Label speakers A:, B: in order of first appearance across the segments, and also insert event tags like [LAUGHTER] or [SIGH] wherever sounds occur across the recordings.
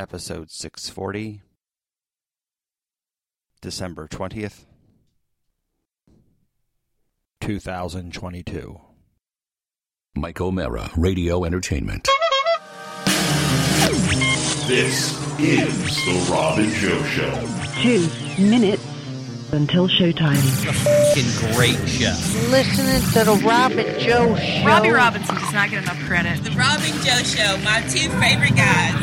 A: episode 640, December 20th, 2022.
B: Mike O'Mara, Radio Entertainment.
C: This is the Robin Show Show.
D: two minutes until showtime.
E: fucking great show.
F: listening to the Robin Joe show.
G: Robbie Robinson does not get enough credit.
H: The Robin Joe Show, my two favorite guys.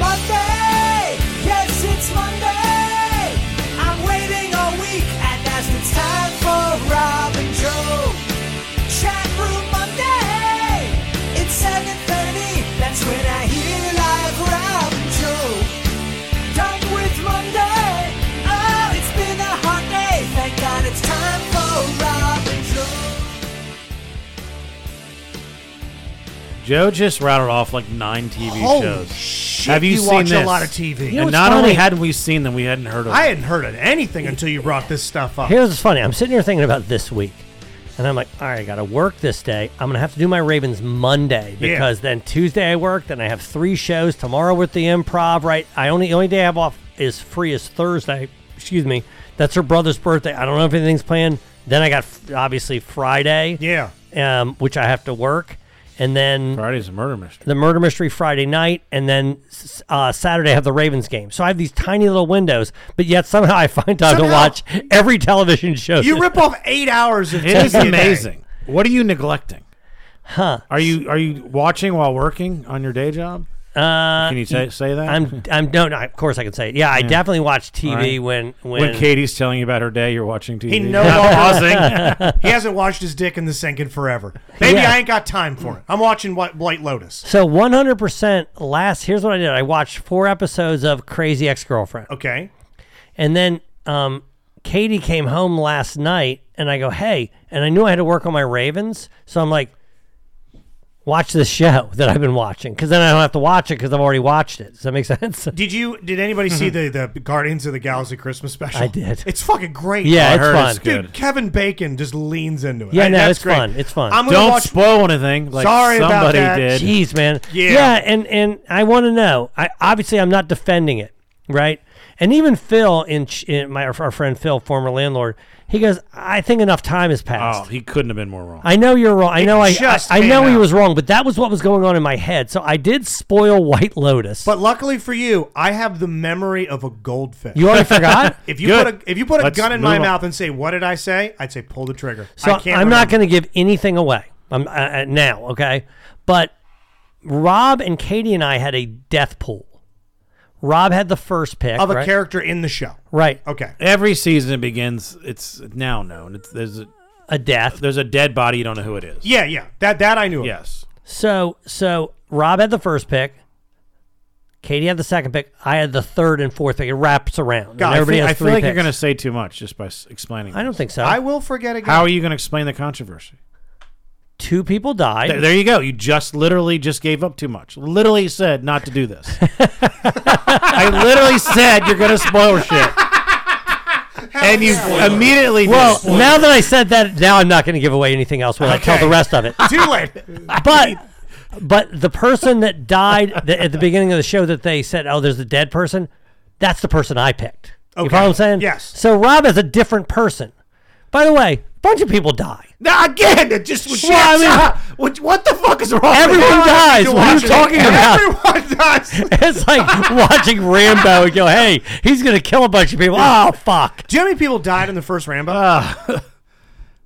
E: Monday! Yes, it's Monday! I'm waiting all week, and as it's time for Robin Joe. Chat room Monday! It's 7.30, that's when I hear live Robin Joe. Done with Monday! Oh, it's been a hard day, thank God it's time for Robin Joe.
I: Joe just rattled off like nine TV
J: Holy
I: shows.
J: shit,
I: Have you,
J: you
I: seen
J: watch a
I: this?
J: lot of TV. You know
I: and
J: what's
I: not only
J: funny?
I: hadn't we seen them, we hadn't heard of them.
J: I hadn't heard of anything until you brought this stuff up.
K: Here's what's funny. I'm sitting here thinking about this week, and I'm like, all right, I got to work this day. I'm gonna have to do my Ravens Monday
J: Yeah.
K: because then Tuesday I work. Then I have three shows tomorrow with the Improv. Right. I only the only day I have off is free is Thursday. Excuse me. That's her brother's birthday. I don't know if anything's planned. Then I got f- obviously Friday,
J: Yeah.
K: um, which I have to work, and then
I: Friday's a murder mystery.
K: the murder mystery Friday night, and then s- uh, Saturday I have the Ravens game. So I have these tiny little windows, but yet somehow I find time to
J: Somehow-
K: watch every television show.
J: You rip off eight hours of
I: It is
J: TV a day.
I: amazing. What are you neglecting? Huh? Are you are you watching while working on your day job?
K: Uh,
I: Can you say, say that?
K: I'm I'm no, no. Of course I can say it. Yeah, I definitely watch TV
I: Alright.
K: when when.
I: when Katie's telling you about her day, you're watching TV.
J: He
I: [LAUGHS]
J: no longer
K: [LAUGHS]
J: pausing. he hasn't washed his dick in the sink in forever. Maybe
K: Yeah.
J: I ain't got time for it. I'm watching White, White Lotus.
K: so 100% last here's what I did. I watched four episodes of Crazy Ex-Girlfriend.
J: Okay.
K: And then um, Katie came home last night, and I go, "Hey!" And I knew I had to work on my Ravens, so I'm like, "Watch this show that I've been watching," because then I don't have to watch it because I've already watched it. Does that make [LAUGHS] sense?
J: Did you? Did anybody see the the Guardians of the Galaxy Christmas special?
K: Mm-hmm. I did.
J: It's fucking great.
K: yeah,
I: Oh, I
K: it's
I: heard
K: fun.
I: it's
J: Dude,
I: Good.
J: Kevin Bacon just leans into it.
K: Yeah,
J: I-
K: no,
J: that's
K: it's
J: great.
K: fun. It's fun.
J: I'm gonna
I: Don't
J: watch.
I: spoil anything. Like
J: Sorry about
I: somebody
J: that.
I: did.
K: Jeez, man.
J: Yeah.
K: and and I want to know. I obviously I'm not defending it, right? And even Phil, in, Ch- in my our friend Phil, former landlord, he goes, "I think enough time has passed."
I: oh, he couldn't have been more wrong.
K: I know you're wrong. I know I, I,
J: just
K: I
J: came
K: know he
J: out.
K: was wrong, but that was what was going on in my head. So I did spoil White Lotus.
J: but Uh, luckily for you, I have the memory of a goldfish.
K: you
J: [LAUGHS]
K: already forgot.
J: if you
I: Good.
J: put a if you put a
I: Let's
J: gun in my
I: move on.
J: mouth and say what did I say, I'd say pull the trigger.
K: So
J: I
K: I'm
J: can't
K: not
J: remember.
K: going to give anything away. I'm uh, uh, now okay, but Rob and Katie and I had a death pool. Rob had the first pick
J: of a
K: right?
J: character in the show.
K: Right,
J: Okay.
I: Every season it begins. It's now known. It's, there's a,
K: a death.
I: there's a dead body. You don't know who it is.
J: Yeah, yeah. That that I knew. of.
I: Yes.
K: So so Rob had the first pick. Katie had the second pick. I had the third and fourth pick. It wraps around.
J: God,
K: and
J: I
K: everybody
J: think-
K: has
I: I feel
K: three
I: like you're
K: picks.
I: going to say too much just by s- explaining.
K: I don't
I: this.
K: think so.
J: I will forget again.
I: How are you going to explain the controversy?
K: Two people died.
I: There, there you go. You just literally just gave up too much. Literally said not to do
K: [LAUGHS]
I: this. I literally said you're going to spoil shit. and you immediately
K: Well,
I: did.
K: now that I said that, now I'm not going to give away anything else when I tell the rest of
J: [LAUGHS]
K: it.
J: Too late.
K: [LAUGHS] But but the person that died th- at the beginning of the show that they said, oh, there's a dead person, that's the person I picked. You
J: Okay.
K: follow what I'm saying?
J: Yes.
K: So Rob is a different person. By the way, a bunch of people die. [LAUGHS]
I: Now, again, it just was
K: Well, I mean-
I: [LAUGHS] what, what the fuck is wrong? with
K: Everyone
I: that?
K: dies.
I: You
K: What are you
I: watch it.
K: talking about?
J: Everyone
K: [LAUGHS]
J: does.
K: It's
J: [LAUGHS]
K: like watching Rambo and go, hey, he's going to kill a bunch of people. Oh, fuck.
I: Ah. [LAUGHS]
J: Do you know how many people died in the first Rambo?
I: Uh,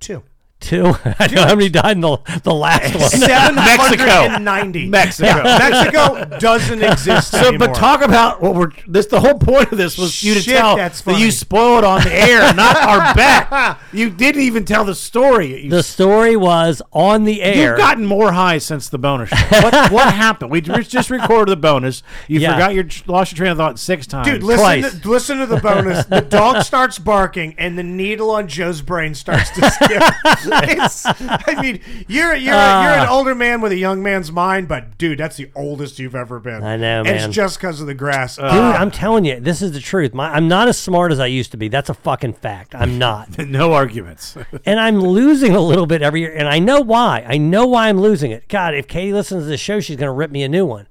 J: Two.
K: Two. [LAUGHS] I don't know how many died in the, the
I: [LAUGHS]
K: last one. [LAUGHS]
J: Mexico. Mexico. Mexico
I: [LAUGHS]
J: doesn't exist
I: So,
J: anymore.
I: but talk about what we're this. The whole point of this was you to
J: Shit,
I: tell
J: that's
I: that
J: funny.
I: you spoiled on the air, not
J: [LAUGHS]
I: our bet. You didn't even tell the story. You,
K: The story was on the air.
I: have gotten more high since the bonus. show. What,
K: [LAUGHS]
I: what happened? We re- just recorded the bonus. You
K: Yeah.
I: forgot your lost your train of thought six times.
J: Dude, listen to, listen to the
I: [LAUGHS]
J: bonus. The dog starts barking, and the needle on Joe's brain starts
K: [LAUGHS]
J: to skip. It's, I mean, you're you're you're an
K: Ah.
J: older man with a young man's mind, but dude, that's the oldest you've ever been.
K: I know, man.
J: and It's just because of the grass. Uh,
K: Dude,
I: Uh,
K: [LAUGHS] I'm telling you, this is the truth. My, I'm not as smart as I used to be. That's a fucking fact. I'm not.
I: no arguments.
K: and I'm losing a little bit every year. And I know why. I know why I'm losing it. God, if Katie listens to this show, she's going to rip me a new one.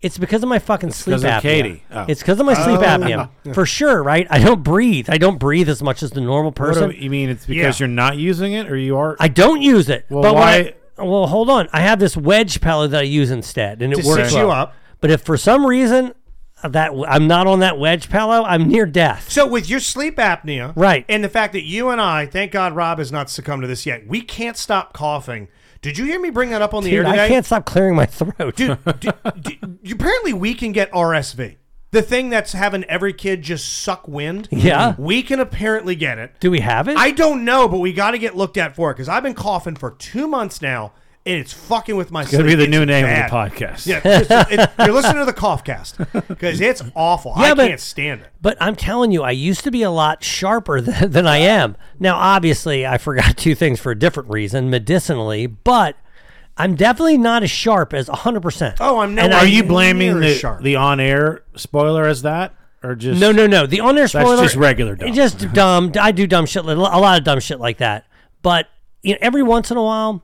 K: It's because of my fucking sleep
I: 'cause of
K: apnea.
I: Katie. Oh.
K: It's because of my sleep
I: Oh. [LAUGHS]
K: apnea. For sure, right? I don't breathe. I don't breathe as much as the normal
I: What do-
K: person.
I: you mean it's because you're not using it, or you are?
K: I don't use it.
I: Well,
K: but when
I: why-
K: I- well, hold on. I have this wedge pillow that I use instead, and it
J: To
K: works.
J: sit you
K: well.
J: up.
K: But if for some reason that I'm not on that wedge pillow, I'm near death.
J: So with your sleep apnea,
K: Right.
J: and the fact that you and I, thank God, Rob has not succumbed to this yet. We can't stop coughing. Did you hear me bring that up on the air
K: Dude,
J: today?
K: I can't stop clearing my throat. [LAUGHS]
J: dude, dude, dude, you- apparently we can get RSV. The thing that's having every kid just suck wind.
K: Yeah.
J: We can apparently get it.
K: Do we have it?
J: I don't know, but we got to get looked at for it because I've been coughing for two months now and it's fucking with my It's
I: gonna be the new name of the podcast.
J: Yeah. it's- it's- you're listening to the cough cast because it's awful.
K: Yeah,
J: I
K: but-
J: can't stand it.
K: But I'm telling you, I used to be a lot sharper [LAUGHS] than, than I am. Now, obviously, I forgot two things for a different reason medicinally, but I'm definitely not as sharp as 100%.
J: Oh, I'm
I: And
J: nowhere
I: are you
J: near
I: blaming
J: as
I: the
J: sharp.
I: the on air spoiler as that, or just
K: no, no, no. The on air spoiler.
I: just regular dumb. [LAUGHS]
K: Just dumb. I do dumb shit, a lot of dumb shit like that. But you know, every once in a while,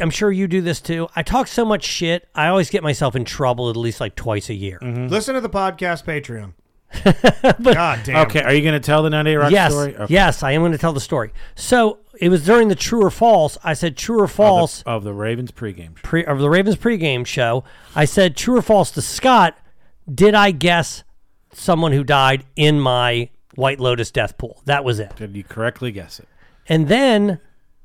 K: I'm sure you do this too. I talk so much shit, I always get myself in trouble at least like twice a year.
I: Mm-hmm.
J: Listen to the podcast
I: [LAUGHS]
J: Patreon. God damn.
I: Okay, are you going to tell the 98 Rock
K: yes,
I: story? Okay.
K: yes, I am going to tell the story. So it was during the true or false. I said true or
I: Of
K: false
I: the, of the Ravens pregame. show.
K: pre, of the Ravens pregame show. I said true or false to Scott. Did I guess someone who died in my White Lotus death pool? That was it.
I: Did you correctly guess it?
K: And then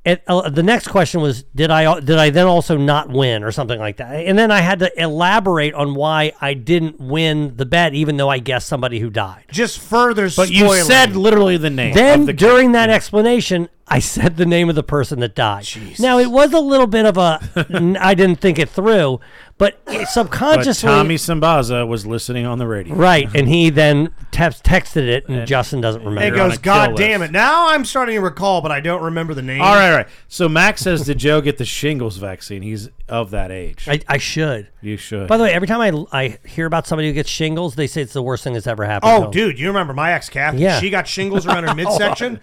K: it, uh, the next question was, did I did I then also not win or something like that? And then I had to elaborate on why I didn't win the bet, even though I guessed somebody who died.
J: Just further
I: But you
J: spoiling.
I: said literally the name.
K: Then
I: of the
K: during that explanation, I [LAUGHS] said the name of the person that died. Now it was a little bit of a n- I didn't think it through, but it
I: but
K: subconsciously
I: Tommy Sambaza was listening on the radio.
K: right, and he then text texted it, and, Justin doesn't remember.
J: It
I: You're on
J: goes,
I: a kill
J: God
I: list."
J: damn it. Now I'm starting to recall, but I don't remember the name.
I: All right, all right. So Max says, "Did Joe get the shingles vaccine? He's of that age.
K: I, I should.
I: you should."
K: By the way, every time I, I hear about somebody who gets shingles, they say it's the worst thing that's ever happened. to
J: Oh,
K: 'em.
J: dude, you remember my ex Kathy?
K: Yeah. Oh.
J: She got shingles around
K: [LAUGHS]
J: her midsection.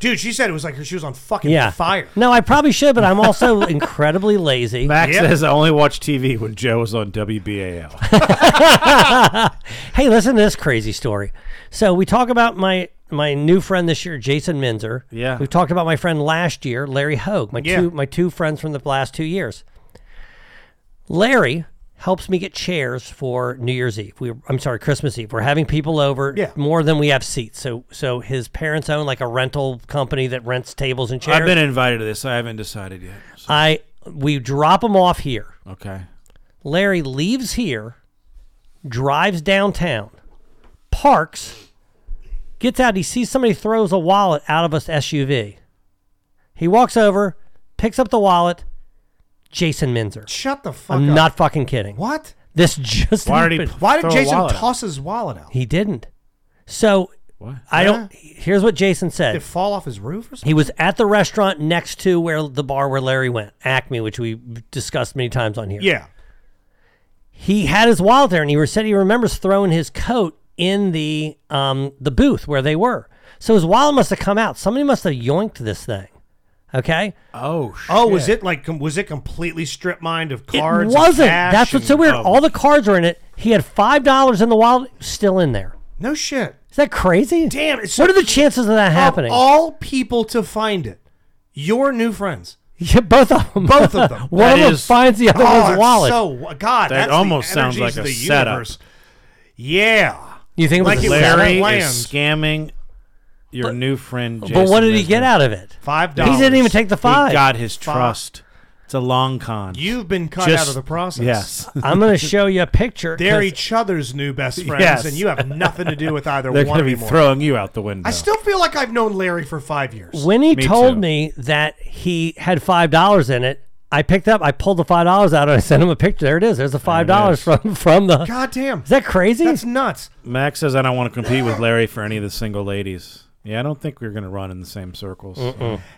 J: dude, she said it was like her she was on fucking
K: yeah,
J: fire.
K: No, I probably should, but I'm also [LAUGHS] incredibly lazy.
I: Max
J: Yep.
I: says, "I only watched TV when Joe was on WBAL."
K: [LAUGHS] Hey, listen to this crazy story. So we talk about my my new friend this year, Jason Minzer.
I: Yeah.
K: We talked about my friend last year, Larry Hogue. My
J: Yeah.
K: two my two friends from the last two years. Larry helps me get chairs for New Year's Eve. We I'm sorry, Christmas Eve. We're having people over
J: Yeah.
K: more than we have seats. So so his parents own like a rental company that rents tables and chairs.
I: I've been invited to this. I haven't decided yet. So-
K: I we drop them off here.
I: okay.
K: Larry leaves here, drives downtown, parks, gets out. He sees somebody throws a wallet out of a SUV. He walks over, picks up the wallet. Jason Minzer.
J: Shut the fuck
K: I'm
J: up.
K: not fucking kidding.
J: What?
K: This just
I: Why did he
K: happened.
J: Why did
I: Throw a
J: Jason
I: wallet out.
J: toss his wallet out?
K: He didn't. So
I: What?
K: I don't. Here's what Jason
J: Did it
K: said.
J: fall off his roof or something?
K: He was at the restaurant next to where the bar where Larry went, Acme, which we discussed many times on here.
J: Yeah.
K: he had his wallet there, and he said he remembers throwing his coat in the um, the booth where they were. So his wallet must have come out. Somebody must have yoinked this thing. Okay,
I: Oh. Shit.
J: Oh, was it like com- was it completely strip mined of cards?
K: it
J: and
K: wasn't.
J: cash
K: That's what's so
J: and-
K: weird.
J: oh.
K: All the cards are in it. He had five dollars in the wallet, still in there.
J: no shit.
K: Is that crazy?
J: Damn, it's so-
K: what are the chances of that happening?
J: Of all people to find it, your new friends.
K: [LAUGHS] yeah, both of them.
J: Both of them.
K: [LAUGHS] One of
I: That
K: them
I: is-
K: finds the other
J: oh,
K: one's
J: it's
K: wallet.
J: So God, that's the
I: almost sounds
J: energies
I: like
J: of
I: a
J: the
I: setup.
J: universe. Yeah.
K: you think it was
J: Like
K: a
J: it was
K: setup?
I: Larry
J: Land.
I: is scamming your new friend.
K: but
I: Jason
K: what did he
I: Isner.
K: get out of it?
I: Five
K: He
I: dollars.
K: didn't even take the five.
I: He got his
K: Five.
I: trust. It's a long con.
J: You've been cut out
I: Just-
J: of the process.
I: Yes.
K: I'm going to show you a
J: [LAUGHS]
K: picture.
J: They're
K: 'cause
J: each other's new best friends,
I: Yes.
J: and you have nothing to do with
I: [LAUGHS]
J: either
I: They're going
J: one
I: to be
J: anymore.
I: throwing you out the window.
J: I still feel like I've known Larry for five years.
K: When he
I: Me
K: told
I: too.
K: me that he had five dollars in it, I picked up. I pulled the five dollars out and I sent him a picture. There it is. There's the five dollars from from the.
J: God damn.
K: Is that crazy?
J: That's nuts.
I: Max says I don't want to compete with Larry for any of the single ladies. Yeah, I don't think we're going to run in the same circles.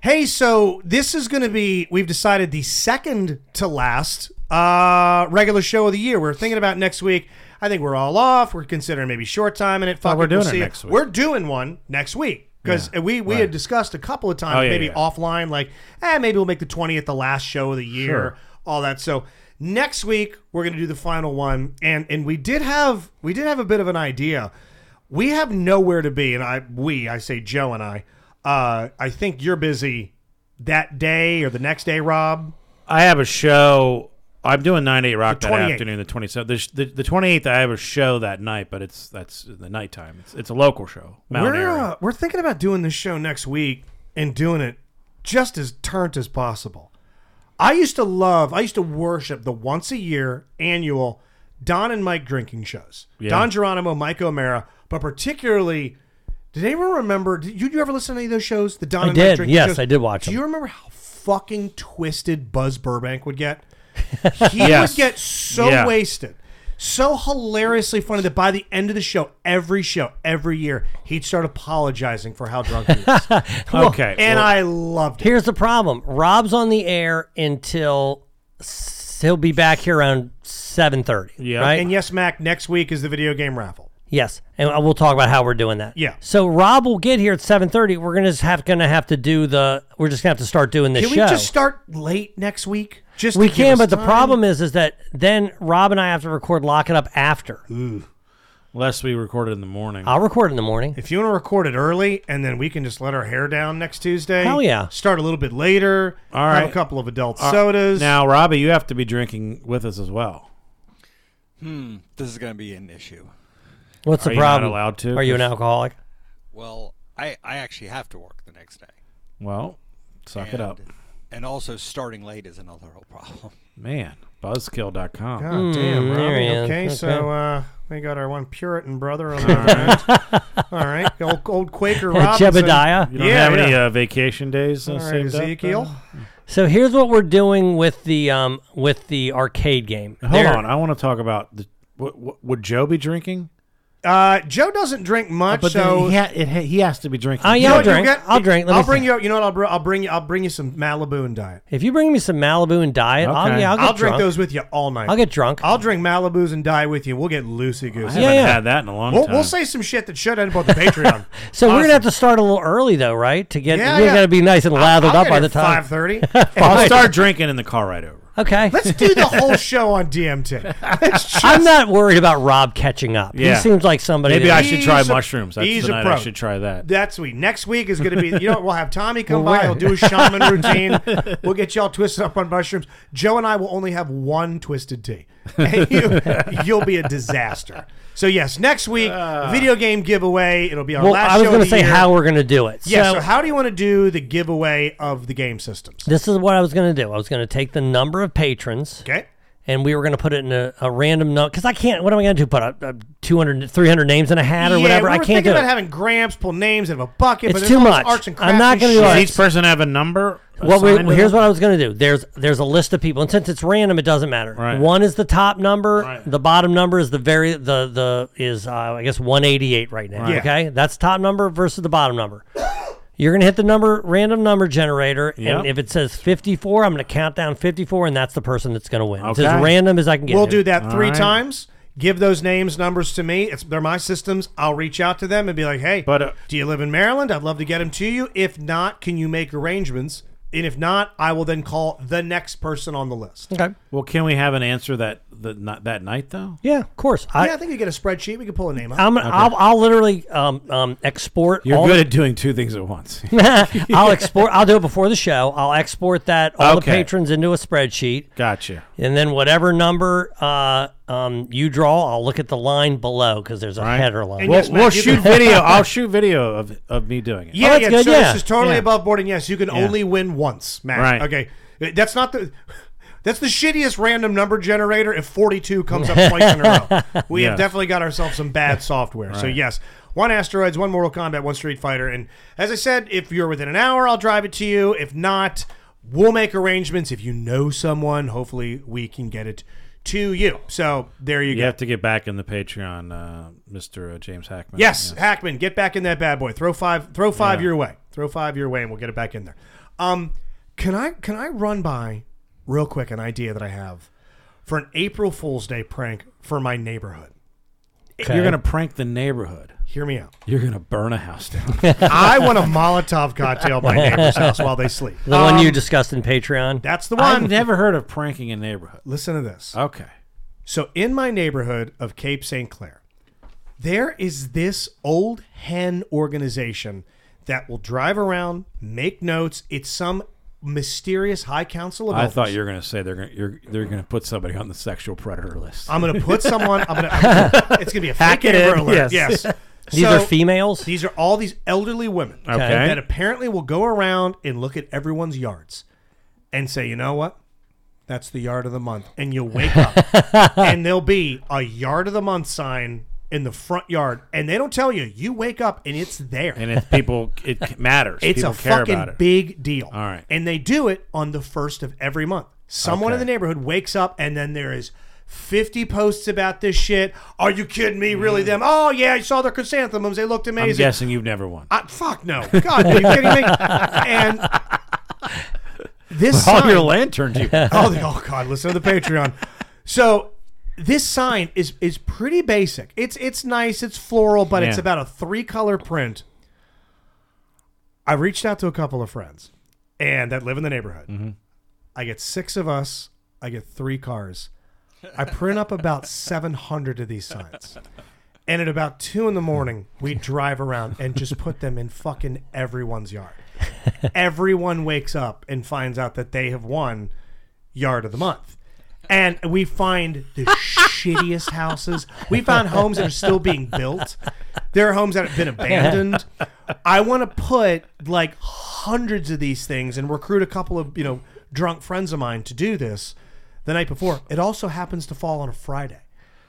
J: Hey, so this is going to be, we've decided the second to last uh, regular show of the year. We're thinking about next week. I think we're all off. We're considering maybe short time and it. Fuck
I: we're
J: it, we'll
I: doing it
J: see.
I: next week.
J: We're doing one next week because we, we had discussed a couple of times,
I: Oh, yeah,
J: maybe
I: yeah.
J: offline, like, eh, maybe we'll make the 20th the last show of the year,
I: Sure.
J: all that. So next week we're going to do the final one. And, and we did have, we did have a bit of an idea. We have nowhere to be. And I, we, I say Joe and I, uh, I think you're busy that day or the next day, Rob.
I: I have a show. I'm doing 98 Rock
J: The
I: that
J: 28th.
I: afternoon, the 27th. The, sh- the, the 28th, I have a show that night, but it's that's the nighttime. It's, it's a local show. Mountain
J: we're
I: area.
J: uh, we're thinking about doing this show next week and doing it just as turnt as possible. I used to love, I used to worship the once a year annual Don and Mike drinking shows.
I: Yeah.
J: Don Geronimo, Mike O'Mara, but particularly, did anyone remember? Did you, you ever listen to any of those shows? The Don
K: I
J: and Mike
K: did.
J: drinking
K: Yes,
J: shows?
K: I did watch
J: Do
K: them.
J: you remember how fucking twisted Buzz Burbank
K: [LAUGHS]
J: would get? He
I: Yes.
J: would get so
I: Yeah.
J: wasted, so hilariously funny that by the end of the show, every show, every year, he'd start apologizing for how drunk he
K: [LAUGHS]
J: was.
I: Okay.
J: and
I: well,
J: I loved it.
K: Here's the problem. Rob's on the air until s- he'll be back here around seven thirty.
I: Yeah.
K: Right.
J: And yes, Mac, next week is the video game raffle.
K: yes. And we'll talk about how we're doing that.
J: Yeah.
K: So Rob will get here at seven thirty. We're gonna just have gonna have to do the. We're just gonna have to start doing this
J: Can we
K: show.
J: just start late next week? Just
K: we
J: to give
K: can,
J: us
K: but the
J: time?
K: problem is, is that then Rob and I have to record "Lock It Up" after.
I: unless we record it
J: [LAUGHS]
I: in the morning.
K: I'll record in the morning.
J: If you want to record it early, and then we can just let our hair down next Tuesday.
K: Hell yeah.
J: Start a little bit later.
I: All
J: Have
I: right.
J: a couple of adult
I: Uh,
J: sodas.
I: Now, Robbie, you have to be drinking with us as well.
L: Hmm, this is going to be an issue.
K: What's
I: Are
K: the
I: you not
K: problem?
I: allowed to?
K: Are you an
I: 'Cause-
K: alcoholic?
L: Well, I, I actually have to work the next day.
I: Well, suck it
L: And-
I: up.
L: And also, starting late is another whole problem.
I: Man, buzzkill.com.
J: God damn,
K: Mm,
J: Robbie.
K: there he is.
J: Okay,
K: Okay.
J: so uh, we got our one Puritan
K: [LAUGHS]
J: brother on the All right, old, old Quaker Robinson.
K: Jebediah.
I: You don't
J: yeah,
I: have any
J: yeah.
I: uh, vacation days? Uh,
J: All right,
I: saved up?
J: Ezekiel.
K: So here's what we're doing with the um with the arcade game.
I: Hold
K: There-
I: on. I want to talk about the. What, what, would Joe be drinking?
J: Uh, Joe doesn't drink much,
I: But
J: so
I: then he, ha- it ha- he has to be drinking.
K: Oh,
J: You
K: yeah,
J: know
K: I'll
J: what you'll
K: drink.
J: get?
K: I'll drink. Let
J: I'll
K: me
J: bring
K: see.
J: you. You know what? I'll, br- I'll bring you. I'll bring you some Malibu and diet.
K: If you bring me some Malibu and diet, I'll,
I: Okay.
K: yeah, I'll get
J: I'll drink
K: drunk.
J: those with you all night.
K: I'll get drunk.
J: I'll drink Malibu's and die with you. We'll get loosey
I: I
J: goosey.
I: haven't
K: yeah.
I: had that in a long
J: We'll,
I: time.
J: we'll say some shit that should end up on the Patreon.
K: [LAUGHS] so we're gonna have to start a little early though, right? To get
J: Yeah,
K: we
J: yeah.
K: gotta be nice and lathered up by the time.
J: five
K: [LAUGHS]
J: thirty.
I: I'll start drinking in the car ride over.
K: Okay.
J: Let's do the whole show on
I: [LAUGHS]
J: DMT. Let's just-
K: I'm not worried about Rob catching up.
I: Yeah.
K: He seems like somebody.
I: Maybe
K: that-
I: I should try
J: He's a-
I: mushrooms. That's
J: he's
I: the
J: a
I: night
J: pro.
I: I should try that.
J: That's sweet. Next week is going to be, you know, what, we'll have
K: [LAUGHS]
J: Tommy come by. He'll do a shaman routine. We'll get y'all twisted up on mushrooms. Joe and I will only have one twisted
K: [LAUGHS]
J: tea. [LAUGHS] And you, you'll be a disaster. So, yes, next week,
I: Ah.
J: video game giveaway. It'll be our
K: Well,
J: last
K: I was
J: show
K: gonna
J: of the
K: say
J: year.
K: how we're gonna do it.
J: Yeah, so,
K: So-
J: how do you want to do the giveaway of the game systems?
K: This is what I was going to do. I was going to take the number of patrons.
J: Okay.
K: And we were going to put it in a, a random number because I can't. What am I going to do? Put a, a 200, 300 names in a hat or
J: yeah,
K: whatever?
J: we
K: I
J: were
K: can't
J: thinking
K: do
J: about
K: it.
J: having Gramps pull names out of a bucket.
K: It's
J: but there's
K: too
J: all this
K: much.
J: Arts and
K: I'm not gonna
J: going to
K: do
I: Does
K: it.
I: each person have a number?
K: Well, we,
I: assigned to
K: here's
I: them?
K: what I was going to do. There's there's a list of people, and since it's random, it doesn't matter.
I: Right.
K: One is the top number.
I: Right.
K: The bottom number is the very the the is uh, I guess 188 right now.
I: Right. Yeah.
K: Okay, that's top number versus the bottom number. You're going to hit the number random number generator,
I: Yep.
K: and if it says 54, I'm going to count down 54, and that's the person that's going to win. It's
I: Okay.
K: as random as I can get.
J: We'll
K: it.
J: do that
I: All
J: three
I: right.
J: times. Give those names, numbers to me. It's, they're my systems. I'll reach out to them and be like, "Hey,
I: But, uh,
J: do you live in Maryland? I'd love to get them to you. If not, can you make arrangements? And if not, I will then call the next person on the list."
K: Okay.
I: Well, can we have an answer that the, not that night though?
K: Yeah, of course. I,
J: yeah, I think we get a spreadsheet. We could pull a name out.
K: I'm, gonna I'll, I'll literally um, um, export.
I: You're
K: all
I: good
K: the-
I: at doing two things at
J: [LAUGHS]
I: once.
K: [LAUGHS] I'll export. I'll do it before the show. I'll export that all
I: Okay.
K: the patrons into a spreadsheet.
I: Gotcha.
K: And then whatever number uh, um, you draw, I'll look at the line below because there's a header line.
I: We'll, we'll shoot video. I'll shoot video of, of me doing it.
J: Yeah,
K: Oh, that's
J: yeah.
K: good,
J: so
K: yeah,
J: this is totally
K: yeah.
J: above board, and yes, you can
I: Yeah.
J: only win once, Matt.
I: Right.
J: Okay, that's not the. That's the shittiest random number generator if 42 comes up twice in a
K: [LAUGHS]
J: row. We
I: Yeah.
J: have definitely got ourselves some bad software. So,
I: Right.
J: yes, one Asteroids, one Mortal Kombat, one Street Fighter. And as I said, if you're within an hour, I'll drive it to you. If not, we'll make arrangements. If you know someone, hopefully we can get it to you. So, there you
I: You
J: go.
I: have to get back in the Patreon, uh, Mr. uh, James Hackman.
J: Yes,
I: Yeah.
J: Hackman, get back in that bad boy. Throw five, throw five
I: Yeah.
J: your way. Throw five your way, and we'll get it back in there. Um, can I can I run by real quick an idea that I have for an April Fool's Day prank for my neighborhood?
I: You're going to prank the neighborhood.
J: Hear me out.
I: You're going to burn a house down.
J: [LAUGHS] I want a Molotov cocktail at my neighbor's house while they sleep.
K: The one you
J: Um,
K: discussed in Patreon.
J: That's
I: [LAUGHS]
J: the one.
I: I've never heard of pranking a neighborhood.
J: Listen to this.
I: Okay.
J: So, in my neighborhood of Cape St. Clair, there is this old hen organization that will drive around, make notes. It's some mysterious high council of
I: I
J: elders.
I: thought you were going to say they're going to you're they're going to put somebody on the sexual predator list.
J: I'm gonna put someone. I'm
I: [LAUGHS]
J: gonna. I'm gonna- it's gonna be a
I: Hack
J: fake
I: it
J: Amber
I: in, yes.
J: alert. Yes.
K: [LAUGHS] These are females?
J: These are all these elderly women.
I: Okay.
J: That apparently will go around and look at everyone's yards, and say, you know what? That's the yard of the month, and you'll wake
K: [LAUGHS]
J: up, and there'll be a yard of the month sign in the front yard, and they don't tell you. You wake up, and it's there.
I: and if people
J: [LAUGHS]
I: it matters.
J: It's
I: people
J: a
I: care
J: fucking
I: about it.
J: big deal.
I: All right.
J: And they do it on the first of every month. Someone in
I: Okay.
J: the neighborhood wakes up and then there is 50 posts about this shit. Are you kidding me? Really them? Oh yeah, I saw their chrysanthemums. They looked
I: Mm. I'm
J: amazing.
I: guessing you've never won.
J: I- fuck no. God, are you
I: [LAUGHS]
J: kidding me? And this
I: All
J: sign,
I: Oh, your lanterns
K: [LAUGHS]
I: you
J: oh, the- oh god, listen to the Patreon. So this sign is is pretty basic. It's it's nice, it's floral, but it's
I: Yeah.
J: about a three color print. I reached out to a couple of friends and that live in the neighborhood. I get six of us, I get three cars. I print up about seven hundred of these signs. And at about two in the morning, we drive around and just put them in fucking everyone's yard. Everyone wakes up and finds out that they have won yard of the month. And we find the shittiest houses. We found homes that are still being built. There are homes that have been abandoned. I want to put like hundreds of these things and recruit a couple of, you know, drunk friends of mine to do this the night before. It also happens to fall on a Friday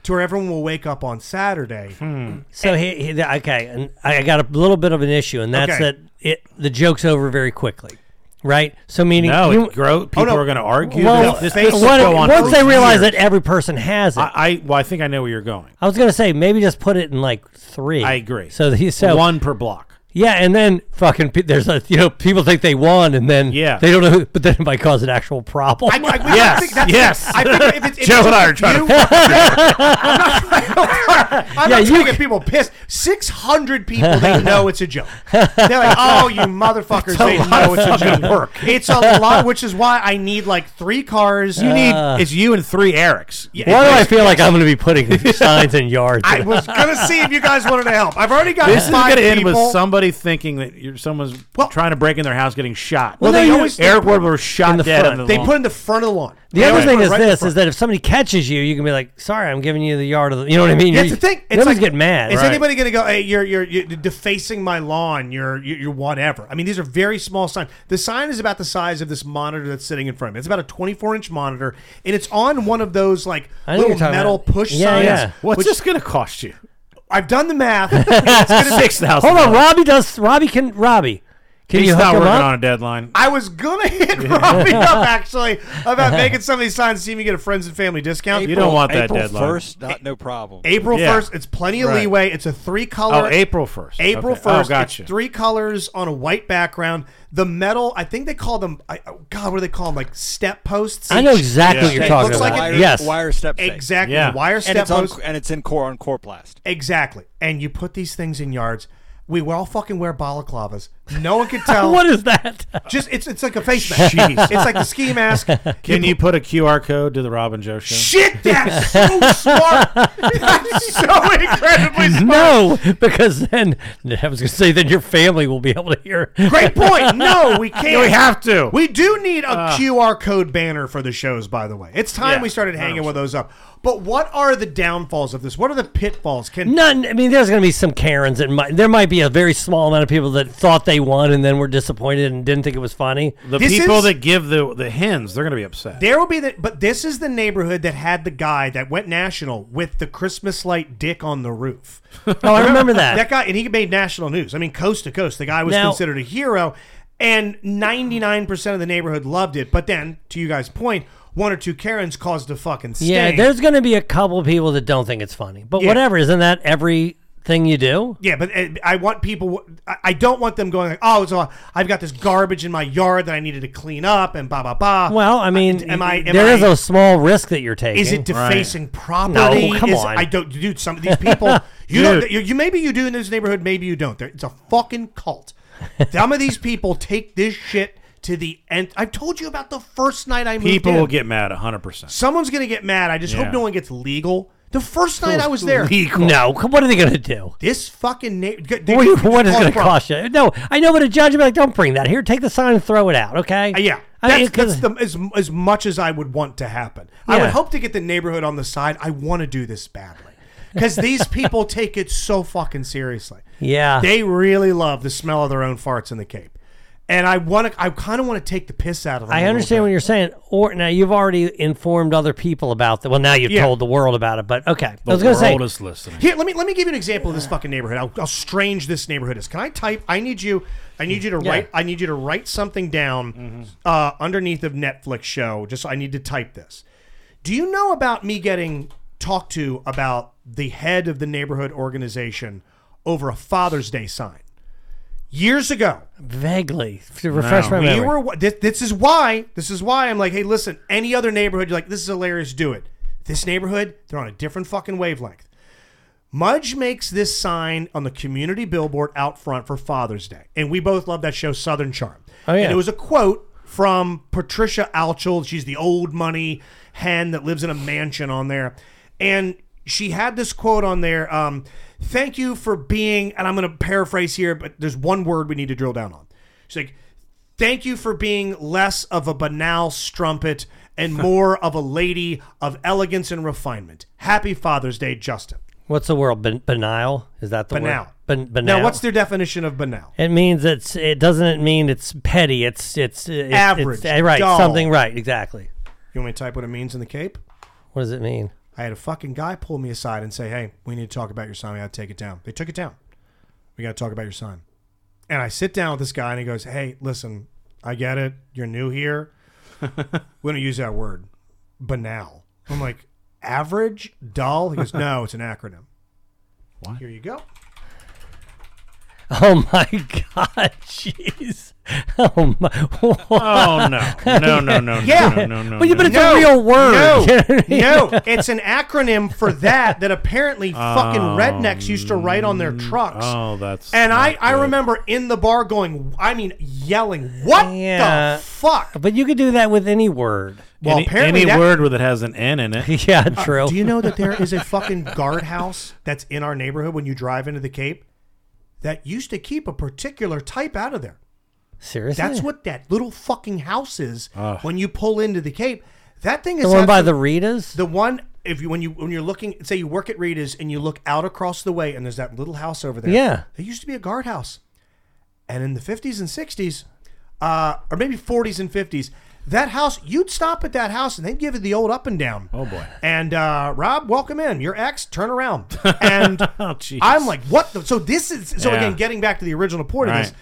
J: to where everyone will wake up on Saturday.
I: Hmm.
K: So he, he th- okay, and I got a little bit of an issue, and that's
J: Okay.
K: that it the joke's over very quickly, right? So meaning
I: No,
K: you- Oh,
I: it grow, people are going to argue.
K: Well,
I: this,
K: what-
I: this will go on
K: once
I: for
K: they realize
I: years.
K: that every person has it, I,
I: I, I well, I think I know where you're going.
K: was gonna say maybe just put it in like three.
I: I agree.
K: So he so
I: one per block.
K: yeah, and then fucking pe- there's a you know people think they won, and then
I: Yeah.
K: they don't know, who, but then it might cause an actual problem. [LAUGHS]
J: I, I, I
I: Yes,
J: think that's
I: yes.
J: I think if it's, if
I: [LAUGHS] Joe
J: it's
I: and I are
J: just
I: trying to
J: you, I'm
K: Yeah,
J: not
K: you
J: trying to get people pissed. Six hundred
I: [LAUGHS]
J: people they know it's a joke. They're like, "Oh, you motherfuckers! They know it's a joke." Work. It's a lot, which is why I need like three cars.
I: You need it's you and three Erics.
K: Why do I feel like I'm gonna be
I: [LAUGHS]
K: putting signs in yards?
J: I was gonna see if you guys wanted to help. I've already got
I: This is
J: five
I: going to end
J: people.
I: with somebody thinking that you're, someone's trying to break in their house, getting shot.
J: Well, Well, they they always-
I: Eric Ward was shot
K: In the
I: dead.
K: front.
I: on the
J: they
I: lawn.
J: put in the front of the lawn.
K: The
J: They
K: other
J: always
K: thing
J: put it
K: is
J: right in the
K: this:
J: front.
K: is that if somebody catches you, you can be like, "Sorry, I'm giving you the yard of the." You know what I mean?
J: Yeah, it's
K: You-
J: the thing. It's
K: Nobody's
J: like,
K: getting mad.
J: Is
K: right?
J: anybody going to go? Hey, you're you're, you're defacing my lawn. You're, you're you're whatever. I mean, these are very small signs. The sign is about the size of this monitor that's sitting in front of me. It's about a 24 inch monitor, and it's on one of those like
K: I know what
J: little
K: you're talking
J: metal
K: about.
J: push
K: Yeah,
J: signs.
K: yeah.
I: What's
J: which-
I: this going to cost you?
J: I've done
K: [LAUGHS]
J: the math. and it's gonna be-
I: Six thousand.
K: Hold on, Robbie does. Robbie can. Robbie, can
I: He's
K: you hook
I: not
K: him
I: working
K: up?
I: on a deadline.
J: I was gonna hit
K: [LAUGHS]
J: Robbie up actually about making some of these signs see if you get a friends and family discount.
I: You don't want that
L: April
I: deadline.
L: First, not, no problem.
J: April
I: Yeah.
J: first, it's plenty of
I: Right.
J: leeway. It's a three
I: Oh,
J: color.
I: April first.
J: April
I: okay. Oh,
J: first.
I: gotcha.
J: It's three colors on a white background. The metal, I think they call them. I, oh, God, what do they call them? Like step posts.
K: I know exactly
I: Yeah.
K: what you're
I: It
K: talking
J: looks
K: about.
J: like an-
L: wire,
K: yes.
L: wire step safe.
J: Exactly.
I: Yeah.
J: Wire
L: And
J: step
L: it's, on,
J: posts.
L: and it's in core on core plast.
J: Exactly. And you put these things in yards. We all fucking wear balaclavas. No one
I: [LAUGHS]
J: could
K: [LAUGHS]
J: tell.
K: What is that?
J: Just it's it's like a face mask.
I: Jeez.
J: It's like the ski mask.
I: [LAUGHS] Can you put a QR code to the Robin Joe show?
J: Shit, that's
I: [LAUGHS]
J: so smart. [LAUGHS] That's so incredibly
K: [LAUGHS]
J: smart.
K: No, because then I was going to say then your family will be able to hear.
J: Great point. No, we can't.
I: We have to.
J: We do need a
I: Uh.
J: QR code banner for the shows, by the way. It's time
K: Yeah,
J: we started hanging with those up. But what are the downfalls of this? What are the pitfalls?
K: [LAUGHS]
J: Can
K: None. I mean, there's going to be some Karens. That might, there might be a very small amount of people that thought they won and then were disappointed and didn't think it was funny.
I: The
J: This
I: people
J: is-
I: that give the the hens, they're going to be upset.
J: there will be the but this is the neighborhood that had the guy that went national with the Christmas light dick on the roof.
K: [LAUGHS] oh, I remember that.
J: That guy and he made national news. I mean, coast to coast. The guy was
K: Now-
J: considered a hero and 99% of the neighborhood loved it. But then, to you guys' point, one or two Karens caused a fucking stain.
K: Yeah, there's going to be a couple people that don't think it's funny, but
J: Yeah.
K: whatever. Isn't that everything you do?
J: Yeah, but uh, I want people. I I don't want them going like, "Oh, so I've got this garbage in my yard that I needed to clean up," and blah blah blah.
K: Well, I mean,
J: Uh, am I- am
K: there is
J: I-
K: a small risk that you're taking.
J: Is it defacing property?
K: No, come
J: Is-
K: on.
J: I don't, dude. Some of
K: [LAUGHS]
J: these people, you don't. You, you maybe you do in this neighborhood, maybe you don't. They're- It's a fucking cult. some of these people take this shit to the end. I've told you about the first night I moved.
I: People
J: in.
I: will get mad 100%.
J: Someone's gonna get mad. I just
I: Yeah.
J: hope no one gets legal. The first night I was there,
K: No, c- what are they going to do?
J: This fucking neighbor.
K: What, [LAUGHS] what is going to cost you? No, I know, but a judge would be like, "Don't bring that here. Take the sign and throw it out." Okay?
J: Uh, yeah,
K: [LAUGHS] I mean,
J: that's,
K: 'cause-
J: that's the, as as much as I would want to happen. I
K: Yeah.
J: would hope to get the neighborhood on the side. I want to do this badly
K: [LAUGHS]
J: because these people take it so fucking seriously.
K: yeah.
J: They really love the smell of their own farts in the Cape, and I want to. I kind of want to take the piss out of them. a
K: I
J: little
K: understand
J: bit.
K: what you're saying. Or now you've already informed other people about that. Well, now you've
J: Yeah.
K: told the world about it. But okay,
I: The
K: I was going to say
I: world is listening.
J: Here, let me let me give you an example of this fucking neighborhood. How, how strange this neighborhood is. Can I type? I need you. I need you to
K: Hmm. Yeah. Mm-hmm.
J: write. I need you to write something down uh, underneath of Netflix show. Just I need to type this. Do you know about me getting talked to about the head of the neighborhood organization over a Father's Day sign years ago?
K: vaguely to refresh my memory.
J: You were this, this is why this is why I'm like, hey, listen. Any other neighborhood, you're like, this is hilarious. Do it. This neighborhood, they're on a different fucking wavelength. Mudge makes this sign on the community billboard out front for Father's Day, and we both love that show, Southern Charm.
K: Oh, yeah.
J: And it was a quote from Patricia Alchel. She's the old money hen that lives in a mansion on there, and she had this quote on there. Um, Thank you for being, and I'm going to paraphrase here, but there's one word we need to drill down on. She's like, Thank you for being less of a banal strumpet
K: [LAUGHS]
J: and more of a lady of elegance and refinement. Happy Father's Day, Justin.
K: What's the word? Ben- banal? Is that the
J: Banal.
K: word? Ben- banal.
J: Now, what's their definition of banal?
K: It means it's. It doesn't it mean it's petty. It's it's, it's
J: Average,
K: it's- right.
J: dull.
K: Something right. Exactly.
J: You want me to type what it means in the Cape?
K: What does it mean? [LAUGHS]
J: I had a fucking guy pull me aside and say, "Hey, we need to talk about your sign. We got to take it down." They took it down. We got to talk about your sign. And I sit down with this guy, and he goes, "Hey, listen, I get it. You're new here. [LAUGHS] we don't use that word, banal." I'm like, "Average, dull." He goes, "No, it's an acronym."
A: What?
J: Here you go.
K: Oh my God! [LAUGHS] Jeez! Oh my!
I: Oh,
K: [LAUGHS]
I: no. No, no, no,
J: Yeah.
I: no, no, no.
K: Well, you
I: no.
K: better- It's a real word. [LAUGHS] You know what I mean?
J: No, no, it's an acronym for that
K: [LAUGHS]
J: that apparently fucking
I: Oh,
J: rednecks used to write on their trucks.
I: Oh, that's.
J: And I,
I: not
J: I
I: good.
J: remember in the bar going, I mean, yelling, what
K: Yeah.
J: the fuck?
K: But you could do that with any word.
J: Well,
I: any,
J: apparently
I: any
J: that- Uh,
I: word with it has an N in it.
K: [LAUGHS] yeah, true.
J: Do you know that there is a fucking guardhouse that's in our neighborhood when you drive into the Cape that used to keep a particular type out of there?
K: Seriously,
J: That's what that little fucking house is
I: Ugh.
J: when you pull into the Cape. That thing is
K: the one by
J: after-
K: the Ritas.
J: The one if you when you when you're looking, say you work at Rita's and you look out across the way and there's that little house over there.
K: Yeah.
J: there used to be a guardhouse, and in the 50s and 60s, uh, or maybe 40s and 50s, that house you'd stop at that house and they'd give it the old up and down.
I: Oh, boy.
J: And uh, Rob, welcome in. Your ex,
K: [LAUGHS]
J: turn around. And
I: Oh, jeez.
J: I'm like, what? The? So this is so
I: Yeah.
J: again. Getting back to the original point of
I: Right.
J: this.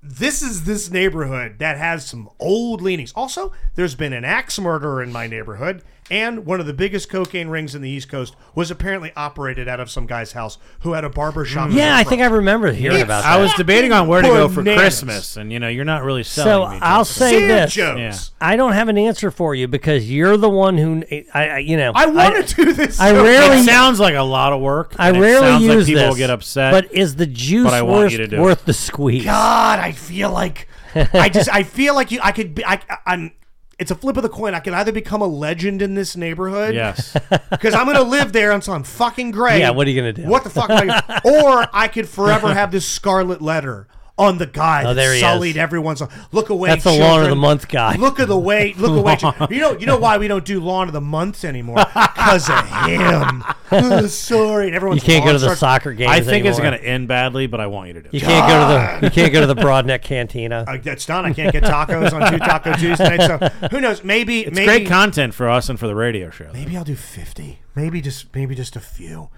J: This is this neighborhood that has some old leanings. Also, there's been an axe murderer in my neighborhood, and one of the biggest cocaine rings in the East Coast was apparently operated out of some guy's house who had a barber shop. in
K: Hmm. yeah,
J: the
K: I think I
J: front.
K: remember hearing about that.
I: I was debating on where to go for
J: Bananas.
I: Christmas, and you know, you're not really selling
K: So
I: me. Jason.
K: I'll say
J: Sand
K: this:
J: jokes.
I: Yeah.
K: I don't have an answer for you because you're the one who I, I you know
J: I want to do this.
K: I
J: so
K: rarely-
J: bad.
I: It sounds like a lot of work.
K: I
I: and it
K: rarely
I: sounds
K: use
I: like people
K: this.
I: will get upset.
K: But is the juice
I: but I want
K: worth,
I: you to do it.
K: worth the squeeze?
J: God, I I feel like I just I feel like you I could be I I'm it's a flip of the coin. I can either become a legend in this neighborhood.
I: Yes.
J: Because I'm going to live there until I'm fucking gray.
K: Yeah, what are you gonna do?
J: What the fuck? Am I gonna- or I could forever have this scarlet letter on the guy
K: Oh,
J: that
K: there he is.
J: Sullied everyone's. Look away.
K: That's the
J: children.
K: Lawn of the Month guy.
J: Look at the way. Look
K: [LAUGHS]
J: away. chil- You know. You know why we don't do lawn of the months anymore? Because of
K: [LAUGHS]
J: him. Ugh, sorry, and everyone's. lawn starts-
I: I think it's going to end badly, but I want you to do.
K: [LAUGHS] You
I: it.
K: can't go to the you can't go to the Broadneck
J: [LAUGHS]
K: Cantina.
J: Uh, that's done. I can't get tacos
I: [LAUGHS]
J: on two Taco Tuesday. So who knows? Maybe
I: It's
J: maybe
I: great content for us and for the radio show.
J: maybe I'll do fifty. Maybe just maybe just a few.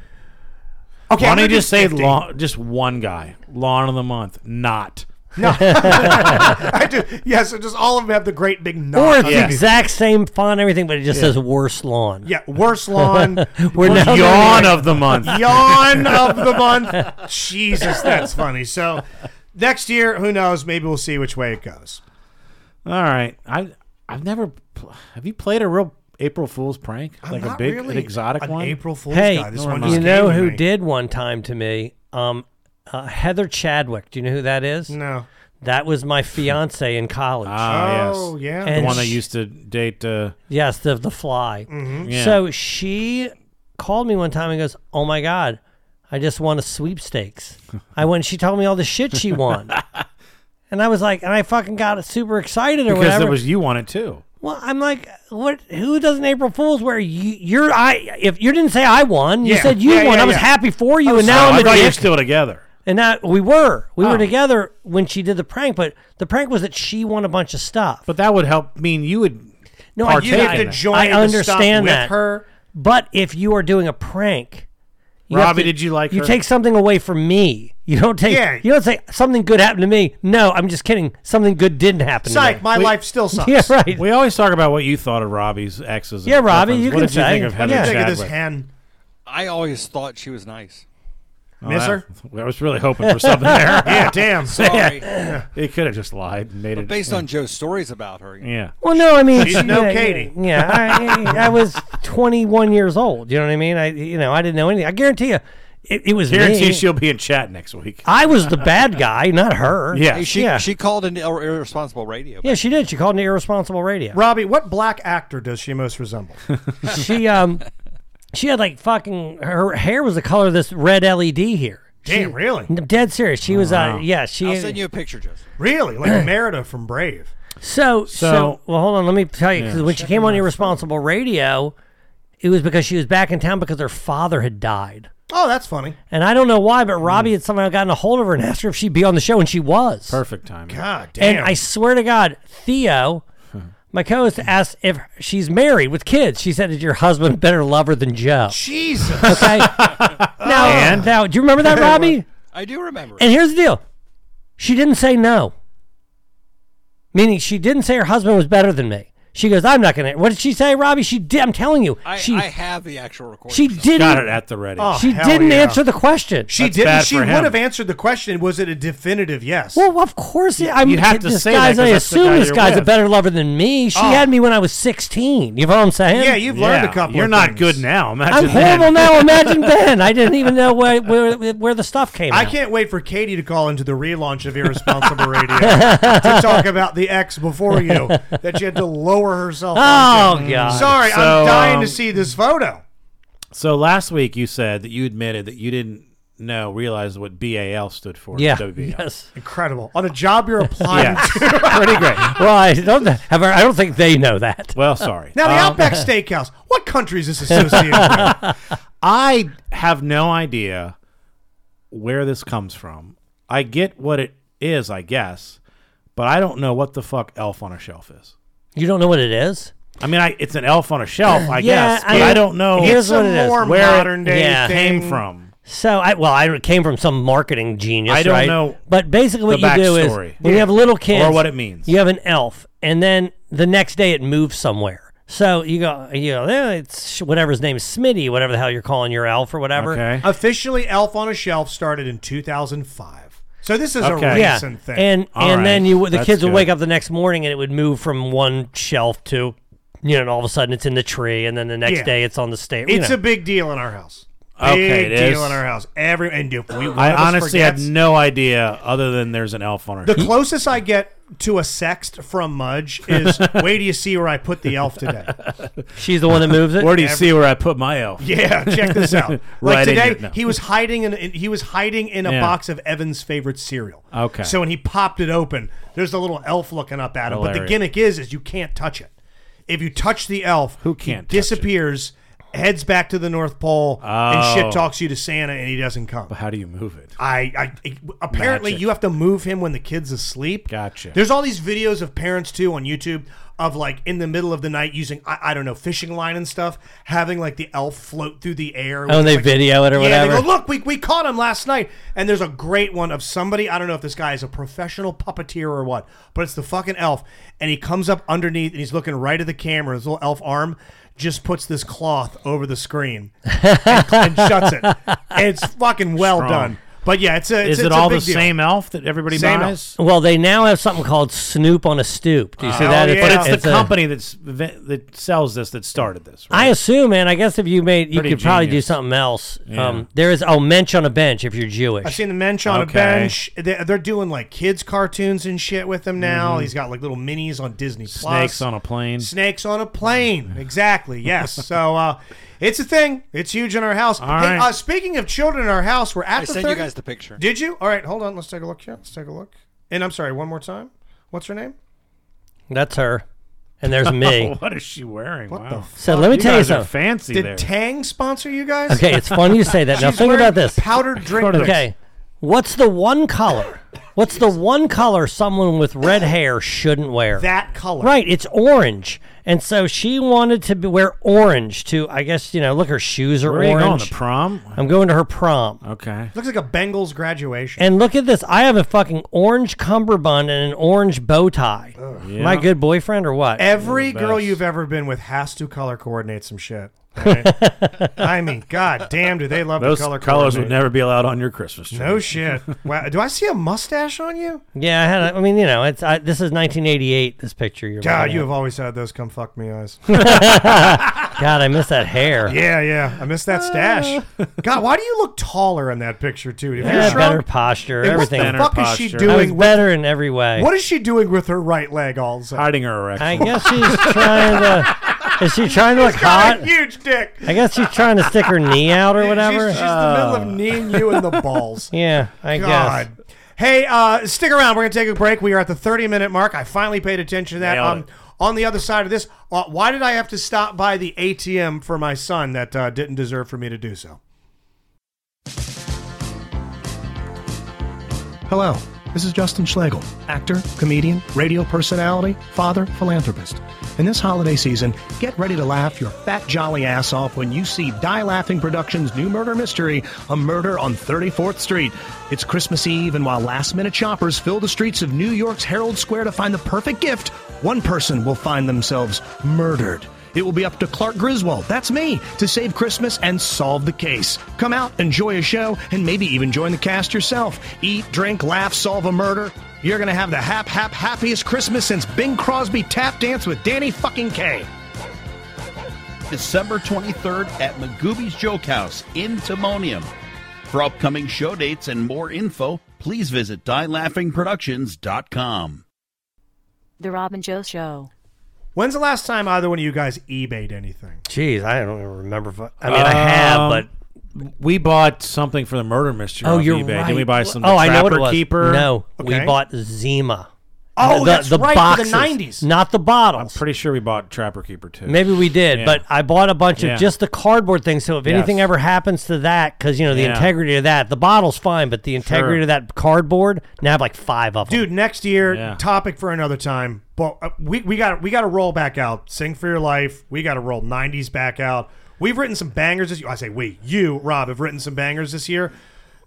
I: Okay,
J: Okay,
I: Why
J: I'm
I: don't you
J: gonna
I: just
J: do
I: say
J: 50.
I: lawn, just one guy, lawn of the month, not. [LAUGHS]
J: No. I do. Yeah, so just all of them have the great big knot.
K: Or
J: on
K: it's the
J: them.
K: exact same font, everything, but it just
J: Yeah.
K: says worse lawn.
J: Yeah,
I: [LAUGHS]
J: worse lawn.
K: We're
J: worst
K: now-
I: Yawn of the month.
J: Yawn of the month. Jesus, that's funny. So next year, who knows? Maybe we'll see which way it goes.
I: All right. I I've never pl- have you played a real April Fool's prank?
J: I'm
I: like a
J: not
I: big
J: really
I: an exotic
J: an
I: one?
J: April Fool's
K: Hey,
J: guy. This
I: nor
J: one
I: am I.
J: just
K: you know
J: came to
K: who
J: me.
K: did one time to me? Um, uh, Heather Chadwick. Do you know who that is?
J: No.
K: That was my fiance in college.
I: Ah,
J: Oh,
I: yes.
J: yeah.
I: The
K: And
I: one that
K: she-
I: used to date uh,
K: Yes, the the fly.
J: Mm-hmm.
I: Yeah.
K: So she called me one time and goes, "Oh my god, I just won
I: [LAUGHS]
K: a sweepstakes." I went. She told me all the shit she won, and I was like, and I fucking got super excited or
I: because
K: whatever.
I: it was you on it too.
K: well, I'm like, what? Who does an April Fool's where you, you're? I if you didn't say I won, you
I: Yeah.
K: said you
I: Yeah,
K: won.
I: yeah,
K: I was
I: yeah.
K: happy for you,
I: Oh,
K: and
I: so
K: now I'm
I: I
K: a
I: thought you were
K: dick.
I: still together.
K: And that we were, we
I: Oh.
K: were together when she did the prank, but the prank was that she won a bunch of stuff.
I: But that would help mean you would
K: No, I,
I: partake
J: you have
I: in
J: to
I: that.
J: join
K: I
J: the stuff
K: understand
J: with
K: that.
J: her.
K: But if you are doing a prank, you have
I: Robbie,
K: to-
I: did you like
K: You
I: her?
K: take something away from me. You don't take.
J: Yeah.
K: You don't say something good happened to me. No, I'm just kidding. Something good didn't happen.
J: Psych,
K: to me.
J: my life
I: [LAUGHS]
J: still sucks.
K: Yeah, right.
I: We always talk about what you thought of Robbie's exes. and
K: Yeah, Robbie,
I: girlfriends.
K: you
I: what
K: can
I: did you
K: say.
I: think of
K: What
I: Heather
K: do
J: Think of this
I: Chadwick?
J: hen.
L: I always thought she was
I: [LAUGHS]
L: nice.
I: Oh,
J: Miss
I: that-
J: her?
I: I was really hoping for something there.
J: [LAUGHS] Yeah,
I: [LAUGHS]
J: damn.
L: Sorry.
I: He could have just lied and made
L: But
I: it.
L: based on Joe's stories about her, you know,
I: yeah.
K: Well, no, I mean,
J: She's no
K: yeah,
J: Katie.
K: Yeah, I, I was 21 years old. You know what I mean? I, you know, I didn't know anything. I guarantee you, it, it was
I: Guarantee
K: me.
I: she'll be in chat next week.
K: I was the bad guy, not
I: [LAUGHS]
K: her.
I: Yeah.
L: Hey, she
K: yeah.
L: she called an ir- irresponsible radio.
K: yeah, she did. She called me irresponsible radio.
J: Robbie, what black actor does she most
I: [LAUGHS]
J: resemble?
K: she um she had like fucking her hair was the color of this red LED here.
J: Damn,
K: She-
J: really?
K: I'm dead serious. She was uh yeah, she
L: I'll send you a picture, Joseph.
J: Really?
I: [CLEARS THROAT]
J: Like Merida from Brave.
K: so, so
I: So-
K: well hold on, let me tell you cuz when she came on Irresponsible Radio, it was because she was back in town because her father had died.
J: Oh, that's funny.
K: And I don't know why, but
I: Hmm.
K: Robbie had somehow gotten a hold of her and asked her if she'd be on the show and she was.
I: Perfect timing.
J: God damn.
K: And I swear to God, Theo,
I: Hmm.
K: my co-host asked if she's married with kids. She said, "Is your husband a better lover than
I: [LAUGHS]
K: Joe?"
J: Jesus.
K: Okay. now,
I: And?
K: now, do you remember
I: [LAUGHS]
K: that, Robbie?
L: I do remember. it.
K: And here's the deal: she didn't say no. Meaning, she didn't say her husband was better than me. She goes, "I'm not gonna." What did she say, Robbie? She did. I'm telling you,
L: I,
K: she
L: I have the actual recording.
K: she didn't.
I: Got it at the ready.
J: Oh,
K: She
J: hell
K: didn't
J: yeah.
K: answer the question.
J: She
I: That's
J: didn't.
I: bad
J: She
I: for
J: would
I: him.
J: have answered the question. Was it a definitive yes?
K: Well, of course, I'm.
I: you'd have to
K: this
I: say that
K: guy's.
I: 'cause
K: I
I: that's the
K: assume
I: guy
K: this
I: you're
K: guy's a
I: with.
K: better lover than me. She had me when I was 16. You know what I'm saying?
J: Oh. yeah, you've learned a
I: Yeah,
J: couple.
I: You're
J: of
I: not
J: things.
I: good now. Imagine
K: I'm
I: then.
K: horrible
I: [LAUGHS]
K: now. Imagine Ben. I didn't even know where where, where the stuff came.
J: I
K: out.
J: can't wait for Katie to call into the
I: [LAUGHS]
J: relaunch of Irresponsible Radio to talk about the ex before you that she had to lower herself.
K: Oh,
J: onto.
K: God.
J: Sorry,
I: So,
J: I'm dying
I: um,
J: to see this photo.
I: So last week you said that you admitted that you didn't know realize what BAL stood for.
K: Yeah.
I: WBL.
K: [LAUGHS] Yes.
J: Incredible. On a job you're applying.
I: Yeah. [LAUGHS]
J: to.
I: Pretty great.
K: Well, I don't have. I don't think they know that.
I: Well, sorry.
J: Now the
I: Um, [LAUGHS]
J: Outback Steakhouse. What country is this associated with?
I: I have no idea where this comes from. I get what it is, I guess, but I don't know what the fuck elf on a shelf is.
K: You don't know what it is?
I: I mean, I, it's an elf on a shelf, I
K: Yeah,
I: guess, but I,
K: I-
I: don't know
K: Here's
J: It's
K: what
J: a
K: it is.
J: more
I: where it
J: modern day
K: yeah.
I: came
J: thing.
I: from.
K: So I well, I came from some marketing genius.
I: I don't
K: right?
I: know
K: But basically, what
I: the
K: you do is
I: backstory.
K: when you have little kids,
I: Or what it means.
K: You have an elf, and then the next day it moves somewhere. So you go, you know, eh, it's whatever his name is, Smitty, whatever the hell you're calling your elf or whatever.
I: Okay.
J: Officially, Elf on a Shelf started in 2005. So this is
I: Okay.
J: a
K: Yeah,
J: recent thing.
K: and
I: All
K: and
I: right.
K: then you the
I: That's
K: kids would
I: good.
K: wake up the next morning and it would move from one shelf to, you know, and all of a sudden it's in the tree, and then the next
J: Yeah.
K: day it's on the stage.
J: it's a big deal in our house.
I: Okay,
J: Big
I: it
J: deal
I: is.
J: in our house. Every and if we, one
I: I
J: of us
I: honestly
J: forgets,
I: had no idea other than there's an elf on our
J: The closest I get to a sext from Mudge is
I: [LAUGHS]
J: wait do you see where I put the elf today?
K: She's the one that moves it.
I: Where do you
J: Every-
I: see where I put my elf?
J: Yeah, check
I: [LAUGHS]
J: this out. Like
I: Right in
J: today,
I: here. No.
J: he was hiding in he was hiding in a
I: Yeah.
J: box of Evan's favorite cereal.
I: Okay.
J: So when he popped it open, there's the little elf looking up at him. But the
I: Hilarious.
J: gimmick is is you can't touch it. If you touch the elf, who
I: can't touch it?
J: disappears, heads back to the North Pole, and
I: Oh.
J: shit talks you to Santa, and he doesn't come.
I: [LAUGHS]
J: But
I: how do you move it?
J: I, I apparently
I: Magic.
J: you have to move him when the kid's asleep.
I: Gotcha.
J: There's all these videos of parents too on YouTube of like in the middle of the night using I, I don't know fishing line and stuff, having like the elf float through the air.
K: Oh, and they
J: Like-
K: video it or
J: Yeah, they
K: whatever?
J: go, look, we, we caught him last night. And there's a great one of somebody I don't know if this guy is a professional puppeteer or what, but it's the fucking elf, and he comes up underneath and he's looking right at the camera. His little elf arm just puts this cloth over the screen and, and shuts it. And it's fucking well
I: Strong.
J: done. But yeah, it's a.
I: Is
J: It's,
I: it
J: it's a
I: all
J: big
I: the
J: deal.
I: same elf that everybody
J: Same
I: buys?
K: Well, they now have something called Snoop on a Stoop. Do you see
I: Oh,
K: that?
I: but it's, the
K: a-
I: company that's that sells this that started this.
K: I assume, man. I guess if you made, you
I: Pretty
K: could probably do
I: genius.
K: something else.
I: Yeah.
K: Um, there is oh, mensch on a bench if you're Jewish.
J: I've seen the mensch on
K: Okay.
J: a bench. They're, they're doing like kids cartoons and shit with him now. He's got like little minis on Disney Plus.
I: Mm-hmm. Snakes on a plane.
J: Snakes on a plane. Exactly.
I: [LAUGHS]
J: Yes. so uh, it's a thing. It's huge in our house. hey,
I: right.
J: uh, speaking of children in our house, we're at
L: I
J: the
L: sent you
J: 30
L: guys the picture.
J: Did you? All right. Hold on. Let's take a look here. Let's take a look. And I'm sorry. One more time. What's her name?
K: That's her, and there's
I: [LAUGHS]
K: me.
I: what is she wearing?
J: What
I: wow.
J: the
K: So let me
I: You
K: tell you
I: guys are
K: something.
I: Fancy
J: Did
I: there.
J: Tang sponsor you guys?
K: Okay, it's funny you say that. Now
J: She's
K: think
J: wearing
K: about this.
J: Powdered drink.
K: Okay, what's the one color? What's the one color someone with red hair shouldn't wear?
J: That color.
K: Right, it's orange. And so she wanted to be, wear orange to, I guess, you know, look, her shoes are
I: Where are you
K: orange.
I: going, the prom?
K: I'm going to her prom.
I: Okay.
J: Looks like a Bengals graduation.
K: And look at this. I have a fucking orange cummerbund and an orange bow tie. Am I a good boyfriend or what?
J: Every girl you've ever been with has to color coordinate some shit. right?
K: [LAUGHS]
J: I mean, god damn, do they love
I: Those
J: to color
I: colors would
J: coordinate.
I: never be allowed on your Christmas tree.
J: No shit. Wow, do I see a mustache
K: [LAUGHS]
J: on you?
K: Yeah, I had. A, I mean, you know, it's I, this is 1988. This picture you're.
J: God,
K: looking
J: you
K: at.
J: have always had those come fuck me eyes.
K: God, I miss that hair.
J: yeah, yeah, I miss
K: [LAUGHS]
J: that stash. God, why do you look taller in that picture too? If
K: Yeah,
J: you're
K: better
J: shrunk,
K: posture.
J: then
K: everything.
J: What the fuck is she
K: I was
J: doing? With,
K: better in every way.
J: what is she doing with her right leg? All of a sudden,
I: hiding her erection?
K: I guess she's trying
J: [LAUGHS]
K: to. Is she trying to look
J: got [LAUGHS]
K: hot?
J: a huge dick.
K: I guess she's trying to stick her knee out or whatever. Uh, Oh.
J: She's, she's in the middle of kneeing you
K: [LAUGHS]
J: in the balls.
K: yeah, I guess.
J: God. Hey, uh, stick around. We're going to take a break. We are at the 30 minute mark. I finally paid attention to that.
I: Nailed
J: Um,
I: it.
J: on the other side of this, uh, why did I have to stop by the ATM for my son that uh, didn't deserve for me to do so?
M: Hello, this is Justin Schlegel, actor, comedian, radio personality, father, philanthropist. In this holiday season, get ready to laugh your fat jolly ass off when you see Die Laughing Productions' new murder mystery, A Murder on 34th Street. It's Christmas Eve, and while last minute shoppers fill the streets of New York's Herald Square to find the perfect gift, one person will find themselves murdered. It will be up to Clark Griswold, that's me, to save Christmas and solve the case. Come out, enjoy a show, and maybe even join the cast yourself. Eat, drink, laugh, solve a murder. You're going to have the hap hap happiest Christmas since Bing Crosby tap dance with Danny fucking K.
N: December 23rd at Magooby's Joke House in Timonium. For upcoming show dates and more info, please visit dielaughingproductions.com.
O: The Robin Joe Show.
J: When's the last time either one of you guys eBayed anything?
K: Jeez, I don't even remember. if I I mean, I have, but
I: but Um, we bought something for the murder mystery.
K: Oh,
I: off
K: you're
I: eBay.
K: right.
I: Didn't we buy some?
K: Oh,
I: the
K: I know what it
I: Trapper
K: was.
I: Keeper.
K: No, we
I: Okay.
K: bought Zima.
I: Oh, that's right, for the
J: 90s.
K: not the bottles.
I: I'm pretty sure we bought Trapper Keeper too.
K: Maybe we did,
I: Yeah.
K: but I bought a bunch
I: Yeah.
K: of just the cardboard thing. So if
I: Yes.
K: anything ever happens to that, because you know the
I: Yeah.
K: integrity of that, the bottle's fine, but the integrity
J: Sure.
K: of that cardboard. Now I have like five of them.
J: Dude, next year,
K: Yeah.
J: topic for another time. But uh, we we got we got to roll back out. Sing for your life. We got to roll '90s back out. We've written some bangers this year. I say we, you, Rob, have written some bangers this year.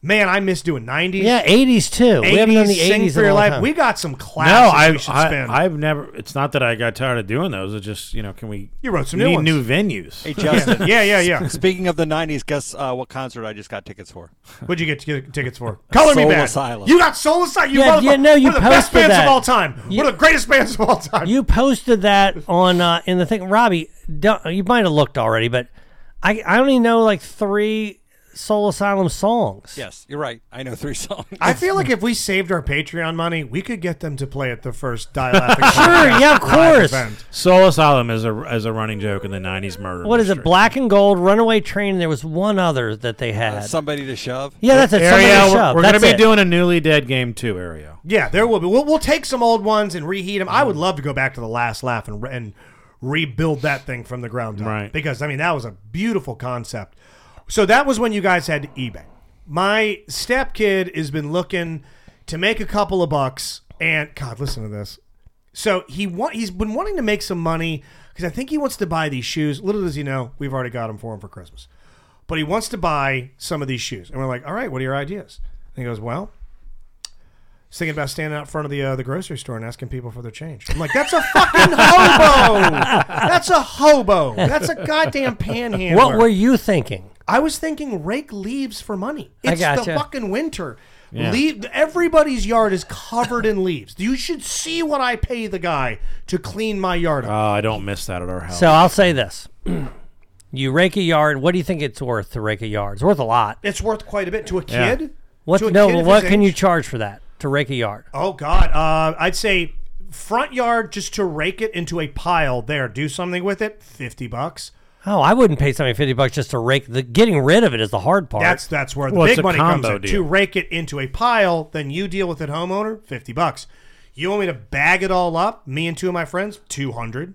J: Man, I miss doing '90s.
K: yeah, eighties too. we haven't done the
J: 80s, Sing
K: eighties
J: for
K: in a
J: your
K: long
J: life.
K: time.
J: We got some
I: No,
J: classics we
I: I've
J: should
I: I,
J: spin.
I: have never. It's not that I got tired of doing those. It's just you know, can we?
J: You wrote some
I: we
J: new
I: need
J: ones.
I: new venues.
L: Hey, Justin.
J: Yeah,
I: [LAUGHS]
J: yeah, yeah.
L: Speaking of the 90s, guess uh, what concert I just got tickets for?
J: What'd you get t- tickets for? Color Me
L: Soul
J: Bad.
L: Asylum.
J: You got Soul Asylum. You
K: Yeah,
J: motherfucker.
K: yeah, no, you
J: One of the best
K: posted
J: bands
K: that.
J: of all time.
K: You-
J: One of the greatest bands of all time.
K: You posted that on uh, in the thing, Robbie. Don't, you might have looked already, but I I only know like three Soul Asylum songs.
L: Yes, you're right. I know three [LAUGHS] songs.
J: I feel like if we saved our Patreon money, we could get them to play at the first
I: [LAUGHS]
J: Die
K: [LAUGHS]
J: Laughing
K: Sure, yeah, of
J: Live
K: course.
J: event.
I: Soul Asylum is a is a running joke in the '90s murder.
K: What is it? Black and Gold, Runaway Train. There was one other that they had.
L: somebody to shove.
K: yeah, that's it. Somebody
I: Uh, Ariel,
K: to
I: we're-
K: shove.
I: We're gonna
K: That's
I: be
K: it.
I: doing a newly dead game too, Ariel.
J: Yeah, there will be. We'll, we'll take some old ones and reheat them.
I: Mm.
J: I would love to go back to the last laugh and, re- and rebuild that thing from the ground up. Right. Because, I mean, that was a beautiful concept. So that was when you guys had eBay. My stepkid has been looking to make a couple of bucks. And, God, listen to this. So he wa- he's been wanting to make some money because I think he wants to buy these shoes. Little does he know, we've already got them for him for Christmas. But he wants to buy some of these shoes. And we're like, all right, what are your ideas? And he goes, well, was thinking about standing out front of the uh, the grocery store and asking people for their change. I'm like, that's a fucking hobo. That's a hobo. That's a goddamn panhandler.
K: What were you thinking?
J: I was thinking rake leaves for money.
K: I
J: It's the
K: gotcha.
J: fucking winter.
K: Yeah.
J: Leave everybody's yard is covered in leaves. You should see what I pay the guy to clean my yard
I: Oh,
J: up.
K: Uh,
I: I don't miss that at our house.
K: So I'll say this: [CLEARS THROAT] you rake a yard. What do you think it's worth to rake a yard? It's worth a lot.
J: It's worth quite a bit to a
K: Yeah.
J: kid.
K: What?
J: To a
K: No,
J: kid
K: but
J: of
K: what
J: his
K: can
J: age?
K: you charge for that to rake a yard?
J: Oh God, uh, I'd say front yard just to rake it into a pile. There, do something with it. Fifty bucks.
K: Oh, I wouldn't pay somebody fifty bucks just to rake. The getting rid of it is the hard part.
J: That's that's where the
K: Well, it's
J: big
K: a
J: money comes
K: combo
J: in.
K: deal.
J: To rake it into a pile, then you deal with it, homeowner. Fifty bucks. You want me to bag it all up? Me and two of my friends, two hundred,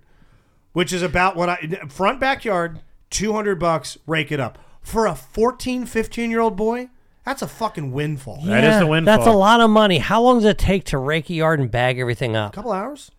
J: which is about what I front backyard, two hundred bucks. Rake it up for a 14, 15 year old boy. That's a fucking windfall.
K: Yeah, That's a lot of money. How long does it take to rake a yard and bag everything
J: A
K: up?
J: couple hours.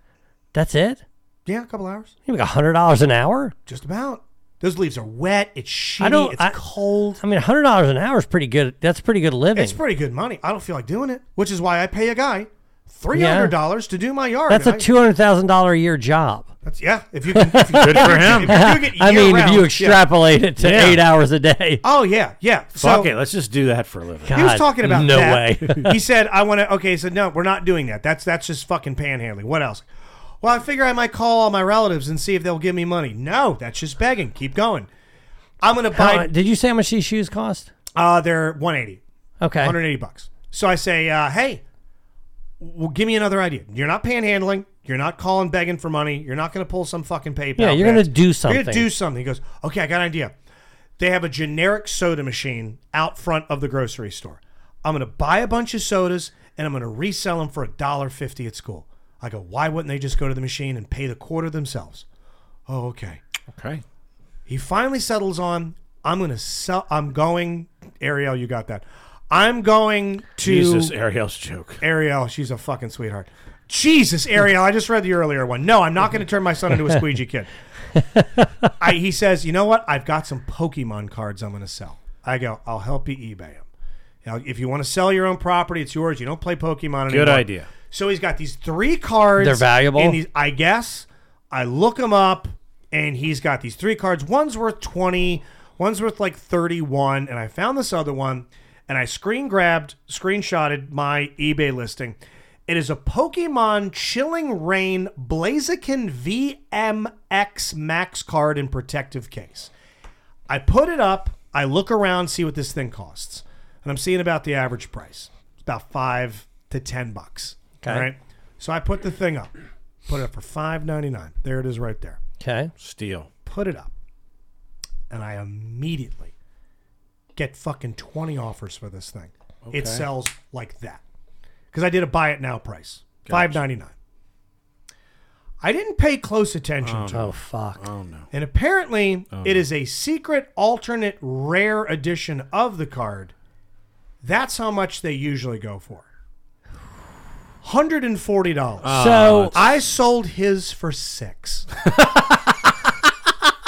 K: That's it.
J: Yeah, a couple hours.
K: You make hundred dollars an hour.
J: Just about. Those leaves are wet. It's shitty.
K: I don't.
J: it's
K: I-
J: cold.
K: I mean, hundred dollars an hour is pretty good. That's pretty good living.
J: It's pretty good money. I don't feel like doing it, which is why I pay a guy three hundred dollars to do my yard.
K: That's
J: and
K: a
J: I-
K: two hundred thousand dollar a year job.
J: That's yeah. If you can,
K: [LAUGHS]
J: if you,
K: Good for him.
J: If you do [LAUGHS]
K: [LAUGHS]
J: it
K: I mean, if
J: year-round,
K: you extrapolate it to eight hours a [LAUGHS] day.
J: Oh yeah, yeah.
I: Fuck
J: so
I: it, let's just do that for a living.
J: he was talking about
K: no
J: [LAUGHS] that.
K: way.
J: he said, "I want to." Okay, he said, "No, we're not doing that. That's that's just fucking panhandling. What else?" Well, I figure I might call all my relatives and see if they'll give me money. No, that's just begging. Keep going. I'm gonna
K: How-
J: buy.
K: did you say how much these shoes cost?
J: Uh, they're 180.
K: Okay.
J: 180 bucks. So I say, uh, hey, well, give me another idea. You're not panhandling. You're not calling begging for money. You're not going to pull some fucking PayPal.
K: Yeah, you're gonna
J: bit.
K: do
J: You're
K: something.
J: going to do something. He goes, okay, I got an idea. They have a generic soda machine out front of the grocery store. I'm going to buy a bunch of sodas and I'm going to resell them for $1.50 at school. I go, why wouldn't they just go to the machine and pay the quarter themselves? Oh, okay.
I: Okay.
J: He finally settles on I'm gonna sell I'm going Ariel, you got that. I'm going to
I: Jesus, Ariel's joke.
J: Ariel, she's a fucking sweetheart. Jesus, Ariel, I just read the earlier one. No, I'm not gonna turn my son
I: [LAUGHS]
J: into a squeegee kid. I, he says, you know what? I've got some Pokemon cards I'm gonna sell. I go, I'll help you eBay them. Now, if you want to sell your own property, it's yours. You don't play Pokemon anymore.
I: Good idea.
J: So he's got these three cards.
K: They're valuable?
J: And these, I guess. I look them up, and he's got these three cards. One's worth twenty. One's worth like thirty-one. And I found this other one, and I screen grabbed, screenshotted my eBay listing. It is a Pokemon Chilling Rain Blaziken VMX Max card in protective case. I put it up. I look around, see what this thing costs, and I'm seeing about the average price. It's about five to ten bucks.
K: Okay.
J: All right. So I put the thing up. Put it up for five ninety nine. There it is, right there.
K: Okay.
I: Steal.
J: Put it up, and I immediately get fucking twenty offers for this thing.
I: Okay.
J: It sells like that because I did a buy it now price, five ninety nine. I didn't pay close attention to it.
K: Oh fuck.
I: Oh no.
J: And apparently,
K: Oh,
J: it
K: no.
J: is a secret alternate rare edition of the card. That's how much they usually go for. Hundred and forty dollars.
K: So-
J: [LAUGHS]
K: it's-
J: I sold his for six.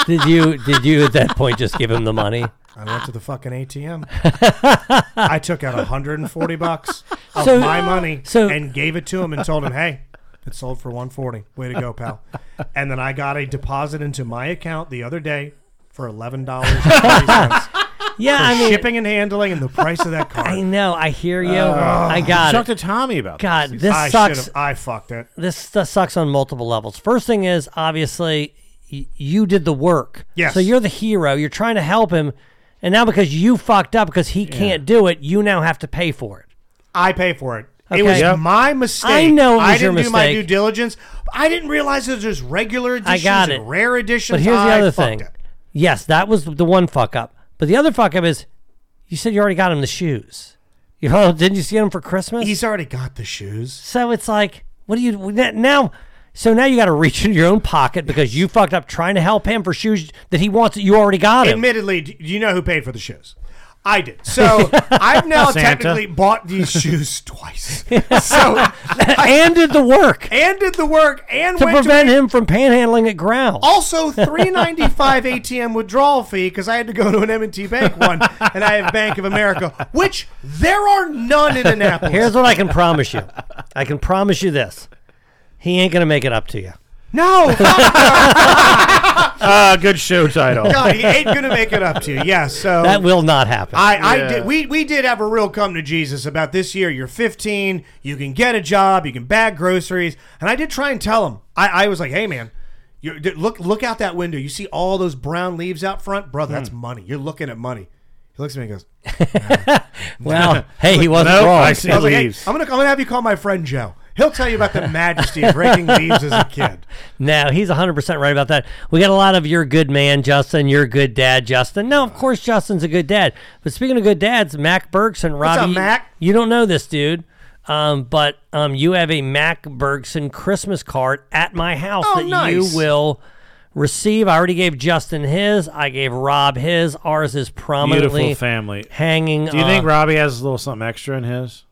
K: Did you did you at that point just give him the
J: [LAUGHS]
K: money?
J: I went to the
K: [LAUGHS]
J: fucking ATM. I took out hundred and forty bucks of
K: So-
J: my money
K: so-
J: and gave it to him and told him, "Hey, it sold for one forty. Way to go, pal!" And then I got a deposit into my account the other day for eleven dollars.
K: [LAUGHS] Yeah,
J: for
K: I mean,
J: shipping and handling and the price of
K: [LAUGHS]
J: that card.
K: I know. I hear you.
J: Ugh.
K: I got
I: Talk
K: it.
I: to Tommy about
K: God,
I: this.
K: this
J: I
K: sucks.
J: should've- I fucked it.
K: This stuff sucks on multiple levels. First thing is obviously y- you did the work.
J: Yes.
K: So you're the hero. You're trying to help him, And now because you fucked up because he can't do it, you now have to pay for it.
J: I pay for it.
K: Okay.
J: It was
K: Yep.
J: my mistake.
K: I know it was
J: I
K: your
J: didn't do my
K: mistake.
J: due diligence. I didn't realize that there's regular
K: I
J: editions
K: got it.
J: and rare editions.
K: But here's the
J: I
K: other
J: fucked
K: thing.
J: it.
K: Yes, that was the one fuck up. But the other fuck up is you said you already got him the shoes. You [LAUGHS] know, didn't you see him for Christmas?
J: He's already got the shoes.
K: So it's like, what do you now? So now you got to reach into your own pocket because you fucked up trying to help him for shoes that he wants that you already got him.
J: Admittedly, do you know who paid for the shoes? I did. So
K: [LAUGHS]
J: I've now
K: Santa.
J: technically bought these shoes
K: [LAUGHS]
J: twice. So
K: and did the
J: [LAUGHS]
K: work
J: and did the work and
K: to
J: went to Oh.
K: prevent him from panhandling at ground. [LAUGHS]
J: Also, three ninety five ATM withdrawal fee because I had to go to an M&T Bank one, and I have Bank of America, which there are none in Annapolis.
K: Here's what I can promise you. I can promise you this. He ain't gonna make it up to you.
J: No,
K: [LAUGHS]
I: Ah, good show title.
J: God, he ain't gonna make it up to you. Yeah, so
K: That will not happen.
J: I, I
I: Yeah.
J: did. We we did have a real come to Jesus about this year. You're 15. You can get a job. You can bag groceries. And I did try and tell him. I, I was like, hey man, you d- look look out that window. You see all those brown leaves out front, brother.
I: Hmm.
J: That's money. You're looking at money. He looks at me
I: [LAUGHS]
J: and goes,
K: well, hey, he wasn't
I: Nope,
K: wrong.
I: I see
J: I was like, hey,
I: leaves.
J: I'm gonna I'm gonna have you call my friend Joe. He'll tell you about the majesty
I: [LAUGHS]
J: of raking leaves as a kid.
K: No, he's 100% right about that. We got a lot of you're a good man, Justin. You're a good dad, Justin. No, of course, Justin's a good dad. But speaking of good dads, Mac Bergson,
J: What's
K: Robbie.
J: up, Mac?
K: You don't know this, dude. Um, but um, you have a Mac Bergson Christmas card at my house
J: Oh,
K: that
J: nice.
K: you will receive. I already gave Justin his. I gave Rob his. Ours is prominently
I: Beautiful family.
K: hanging.
I: Do you
K: uh,
I: think Robbie has a little something extra in his?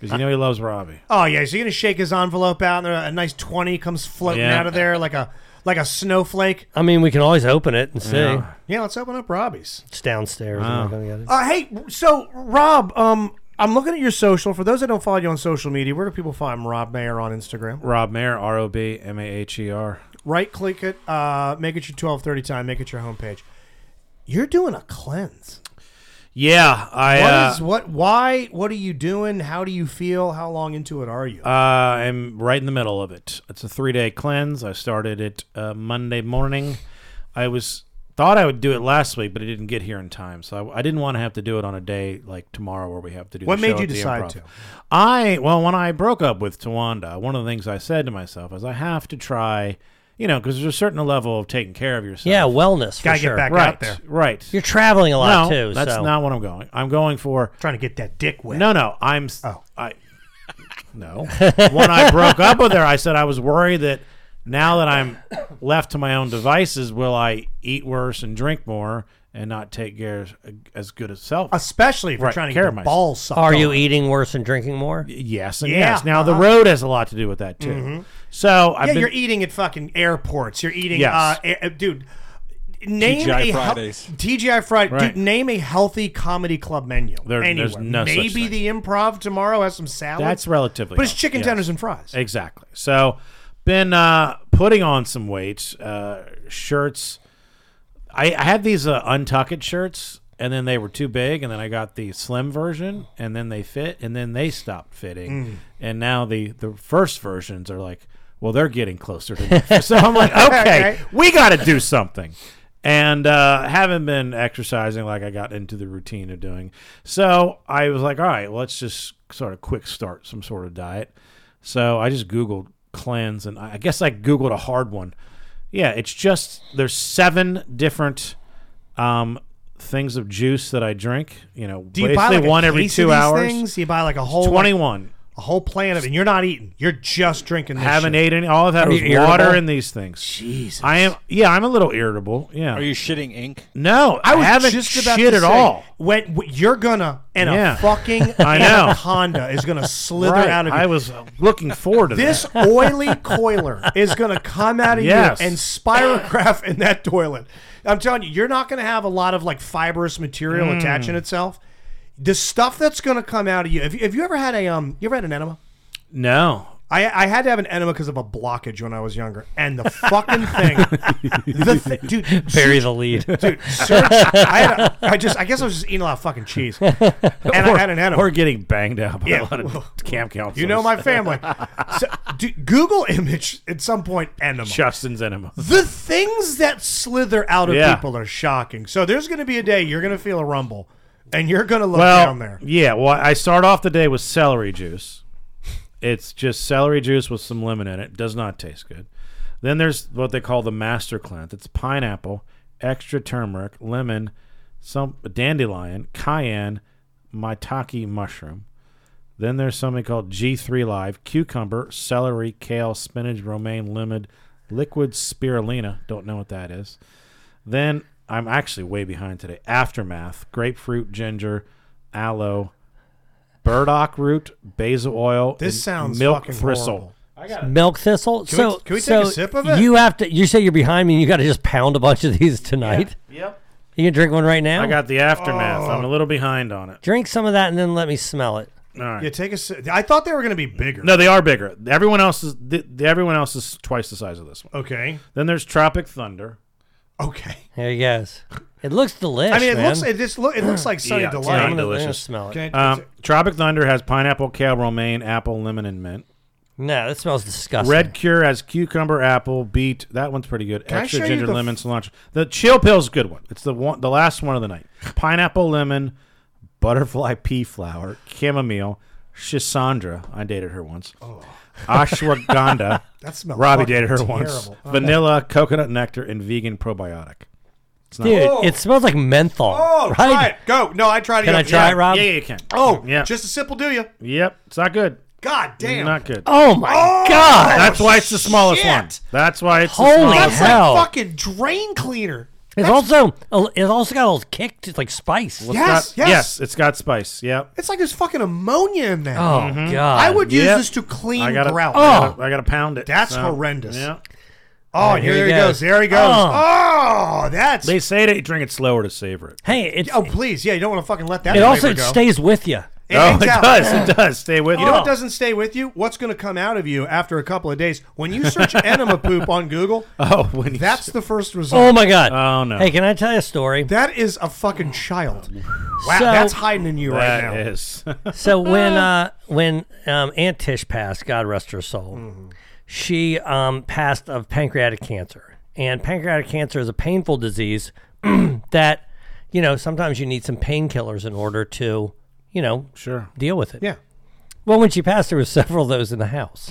I: Because you know he loves Robbie.
J: Oh yeah, so you're gonna shake his envelope out, and a nice twenty comes floating
I: Yeah.
J: out of there like a like a snowflake.
K: I mean, we can always open it and see.
I: Yeah.
J: Yeah, let's open up Robbie's.
K: It's downstairs. I'm not gonna get it.
J: Uh, hey, so Rob, um, I'm looking at your social. For those that don't follow you on social media, where do people find Rob Mayer on Instagram?
I: Rob Mayer, R O B M A H E R.
J: Right click it, uh, make it your 12:30 time, make it your homepage. You're doing a cleanse.
I: Yeah, I.
J: What
I: uh,
J: is what? Why? What are you doing? How do you feel? How long into it are you?
I: Uh, I'm right in the middle of it. It's a three day cleanse. I started it uh, Monday morning. I was thought I would do it last week, but I didn't get here in time, so I, I didn't want to have to do it on a day like tomorrow where we have to do. the
J: What made
I: show
J: you
I: at the
J: decide
I: Improv.
J: to?
I: I well, when I broke up with Tawanda, one of the things I said to myself is I have to try. You know, because there's a certain level of taking care of yourself.
K: Yeah, wellness. For
J: Gotta get
K: sure.
J: back
I: right,
J: out there.
I: Right.
K: You're traveling a lot
I: no,
K: too.
I: That's
K: so.
I: not what I'm going. I'm going for
J: Trying to get that dick wet. Oh.
I: no, no. I'm s- I no. when I broke up with her, I said I was worried that now that I'm left to my own devices, will I eat worse and drink more and not take care as, as good as self?
J: especially if you're
I: Right,
J: trying to
I: care
J: get
I: of
J: the
I: myself.
J: ball sucked.
K: Are you
J: on.
K: eating worse and drinking more?
I: Yes and
J: Yeah,
I: yes. Now the
J: uh-huh. Mm-hmm.
I: road has a lot to do with that too. So I've
J: yeah,
I: been,
J: you're eating at fucking airports. You're eating,
I: Yes.
J: uh, air, uh, dude. Name
I: TGI
J: a hel-
I: Fridays.
J: TGI Friday.
I: Right.
J: Dude, name a healthy comedy club menu.
I: There-
J: anywhere.
I: there's no such
J: Maybe
I: thing.
J: the Improv tomorrow has some salad.
I: that's relatively.
J: But it's
I: healthy,
J: chicken
I: yes.
J: tenders and fries.
I: Exactly. [LAUGHS] So, been uh, putting on some weight. Uh, shirts. I, I had these uh, untucked shirts, and then they were too big, and then I got the slim version, and then they fit, and then they stopped fitting,
J: Mm.
I: and now the the first versions are like, well, they're getting closer to. me. so I'm
J: [LAUGHS]
I: like, okay,
J: Okay.
I: we got to do something. And uh, haven't been exercising like I got into the routine of doing. So I was like, all right, let's just sort of quick start some sort of diet. So I just Googled cleanse, and I I guess I Googled a hard one. Yeah, it's just there's seven different um, things of juice that I drink. You know,
J: Do you buy
I: basically
J: like a
I: one every
J: case
I: two
J: of these
I: hours.
J: Things? You buy like a whole like,
I: 21.
J: a whole plant of it. And you're not eating. You're just drinking. This
I: haven't ate
J: shit.
I: any. All I've had
J: Are
I: was
J: you
I: water
J: irritable?
I: in these things.
J: Jesus.
I: I am. Yeah, I'm a little irritable. Yeah.
L: Are you shitting ink?
I: No, I,
J: was
I: haven't
J: just about
I: shit
J: to
I: at
J: say,
I: all.
J: When w- you're gonna and
I: Yeah.
J: a fucking
I: [LAUGHS] I know.
J: anaconda is gonna slither
I: Right.
J: out of you.
I: I was uh, looking forward to
J: This
I: that.
J: oily coiler is going to come out of
I: Yes.
J: you and spirograph in that toilet. I'm telling you, you're not going to have a lot of like fibrous material
I: Mm.
J: attaching itself. The stuff that's going to come out of you. Have you, have you ever had a um? You ever had an enema?
I: No,
J: I, I had to have an enema because of a blockage when I was younger, and the fucking
I: [LAUGHS]
J: thing, the thi- dude,
K: Bury the lead.
J: dude. Search, I, had a, I just, I guess I was just eating a lot of fucking cheese, and I had an enema.
I: We're getting banged out by a lot of [LAUGHS] camp counselors.
J: You know my family. So, do, Google image at some point enema.
I: Justin's enema.
J: The things that slither out of
I: Yeah.
J: people are shocking. So there's going to be a day you're going to feel a rumble, and you're going to look
I: well,
J: down there.
I: Yeah, well, I start off the day with celery juice. It's just celery juice with some lemon in it. Does not taste good. Then there's what they call the master cleanse. It's pineapple, extra turmeric, lemon, some dandelion, cayenne, maitake mushroom. Then there's something called G3 Live, cucumber, celery, kale, spinach, romaine, lemon, liquid spirulina. Don't know what that is. Then I'm actually way behind today. Aftermath, grapefruit, ginger, aloe, burdock root, basil oil.
J: This
I: and
J: sounds
I: milk
J: fucking
I: thistle.
K: Milk thistle.
J: Can we-
K: so
J: can we take
K: so
J: a sip of it?
K: You have to. You say you're behind me. and You got to just pound a bunch of these tonight.
I: Yep.
K: You can drink one right now.
I: I got the aftermath. I'm
J: Oh.
I: a little behind on it.
K: Drink some of that and then let me smell it.
I: All right.
J: Yeah, take a. si- I thought they were going to be bigger.
I: No, they are bigger. Everyone else is the, the- everyone else is twice the size of this one.
J: Okay.
I: Then there's Tropic Thunder.
J: Okay.
K: There you goes. It looks delicious.
J: I mean, it
K: man.
J: looks. It just look. It looks like Sunny
I: Yeah, it's
J: Delight.
I: not delicious.
K: smell it.
J: Can I-
I: Um, Tropic Thunder has pineapple, kale, romaine, apple, lemon, and mint.
K: no, that smells disgusting.
I: Red Cure has cucumber, apple, beet. That one's pretty good.
J: Can I
I: Extra
J: show you
I: ginger,
J: the
I: lemon, cilantro. The chill pill's a good one. It's the one, the last one of the night. Pineapple, lemon, butterfly pea flower, chamomile, shisandra. I dated her once. Ashwagandha.
J: That smells
I: Robbie
J: fucking
I: dated her
K: [LAUGHS]
J: terrible.
I: once.
J: Oh.
I: Vanilla, coconut nectar, and vegan probiotic. It's
K: Dude, it smells like menthol.
J: Oh,
K: right?
J: try it. Go. No, I tried it.
K: Can I
J: Yeah.
K: try it, Rob?
I: Yeah, you can.
J: Oh,
I: yeah.
J: Just a sip will do you.
I: Yep, it's not good.
J: God damn.
I: Not good.
K: Oh my god!
I: That's why it's the smallest
J: shit.
I: one. That's why it's
K: Holy
I: the smallest
J: That's
I: one.
K: hell.
J: like fucking drain cleaner.
K: It's also it also got a little kick, to, like spice.
I: Well, it's
J: Yes,
I: got-
J: yes.
I: it's got spice. Yep. Mm-hmm.
J: It's like there's fucking ammonia in there.
K: Oh god! Oh.
J: I would use
I: Yep.
J: this to clean
I: I gotta,
J: grout.
I: I gotta, I gotta pound it.
J: That's
I: So,
J: horrendous.
I: Yeah.
J: Oh,
K: here
J: here,
K: he
J: he
K: goes.
J: goes. There he goes.
K: Oh.
J: Oh, that's.
I: They say to drink it slower to savor it.
K: Hey, it's,
J: oh, please. Yeah, you don't want to fucking let that.
K: it also
J: flavor go.
K: stays with you.
J: It
I: oh,
J: hangs
I: it
J: out. [LAUGHS]
I: does. It does. Stay with
J: You know what doesn't stay with you? What's going to come out of you after a couple of days? When
K: [LAUGHS]
J: you search enema poop on Google,
I: Oh, when you
J: that's the first result.
K: Oh my god!
I: Oh, no.
K: Hey, can I tell you a
I: [LAUGHS]
K: story?
J: That is a fucking child. Wow,
K: Oh, So-
J: that's hiding in you right now.
I: That is.
K: so when uh, when um, Aunt Tish passed, God rest her soul,
I: Mm-hmm.
K: she um, passed of pancreatic cancer. And pancreatic cancer is a painful disease [CLEARS THROAT] that, you know, sometimes you need some painkillers in order to, you know,
I: Sure.
K: deal with it.
J: Yeah.
K: Well, when she passed, there were several of those in the house,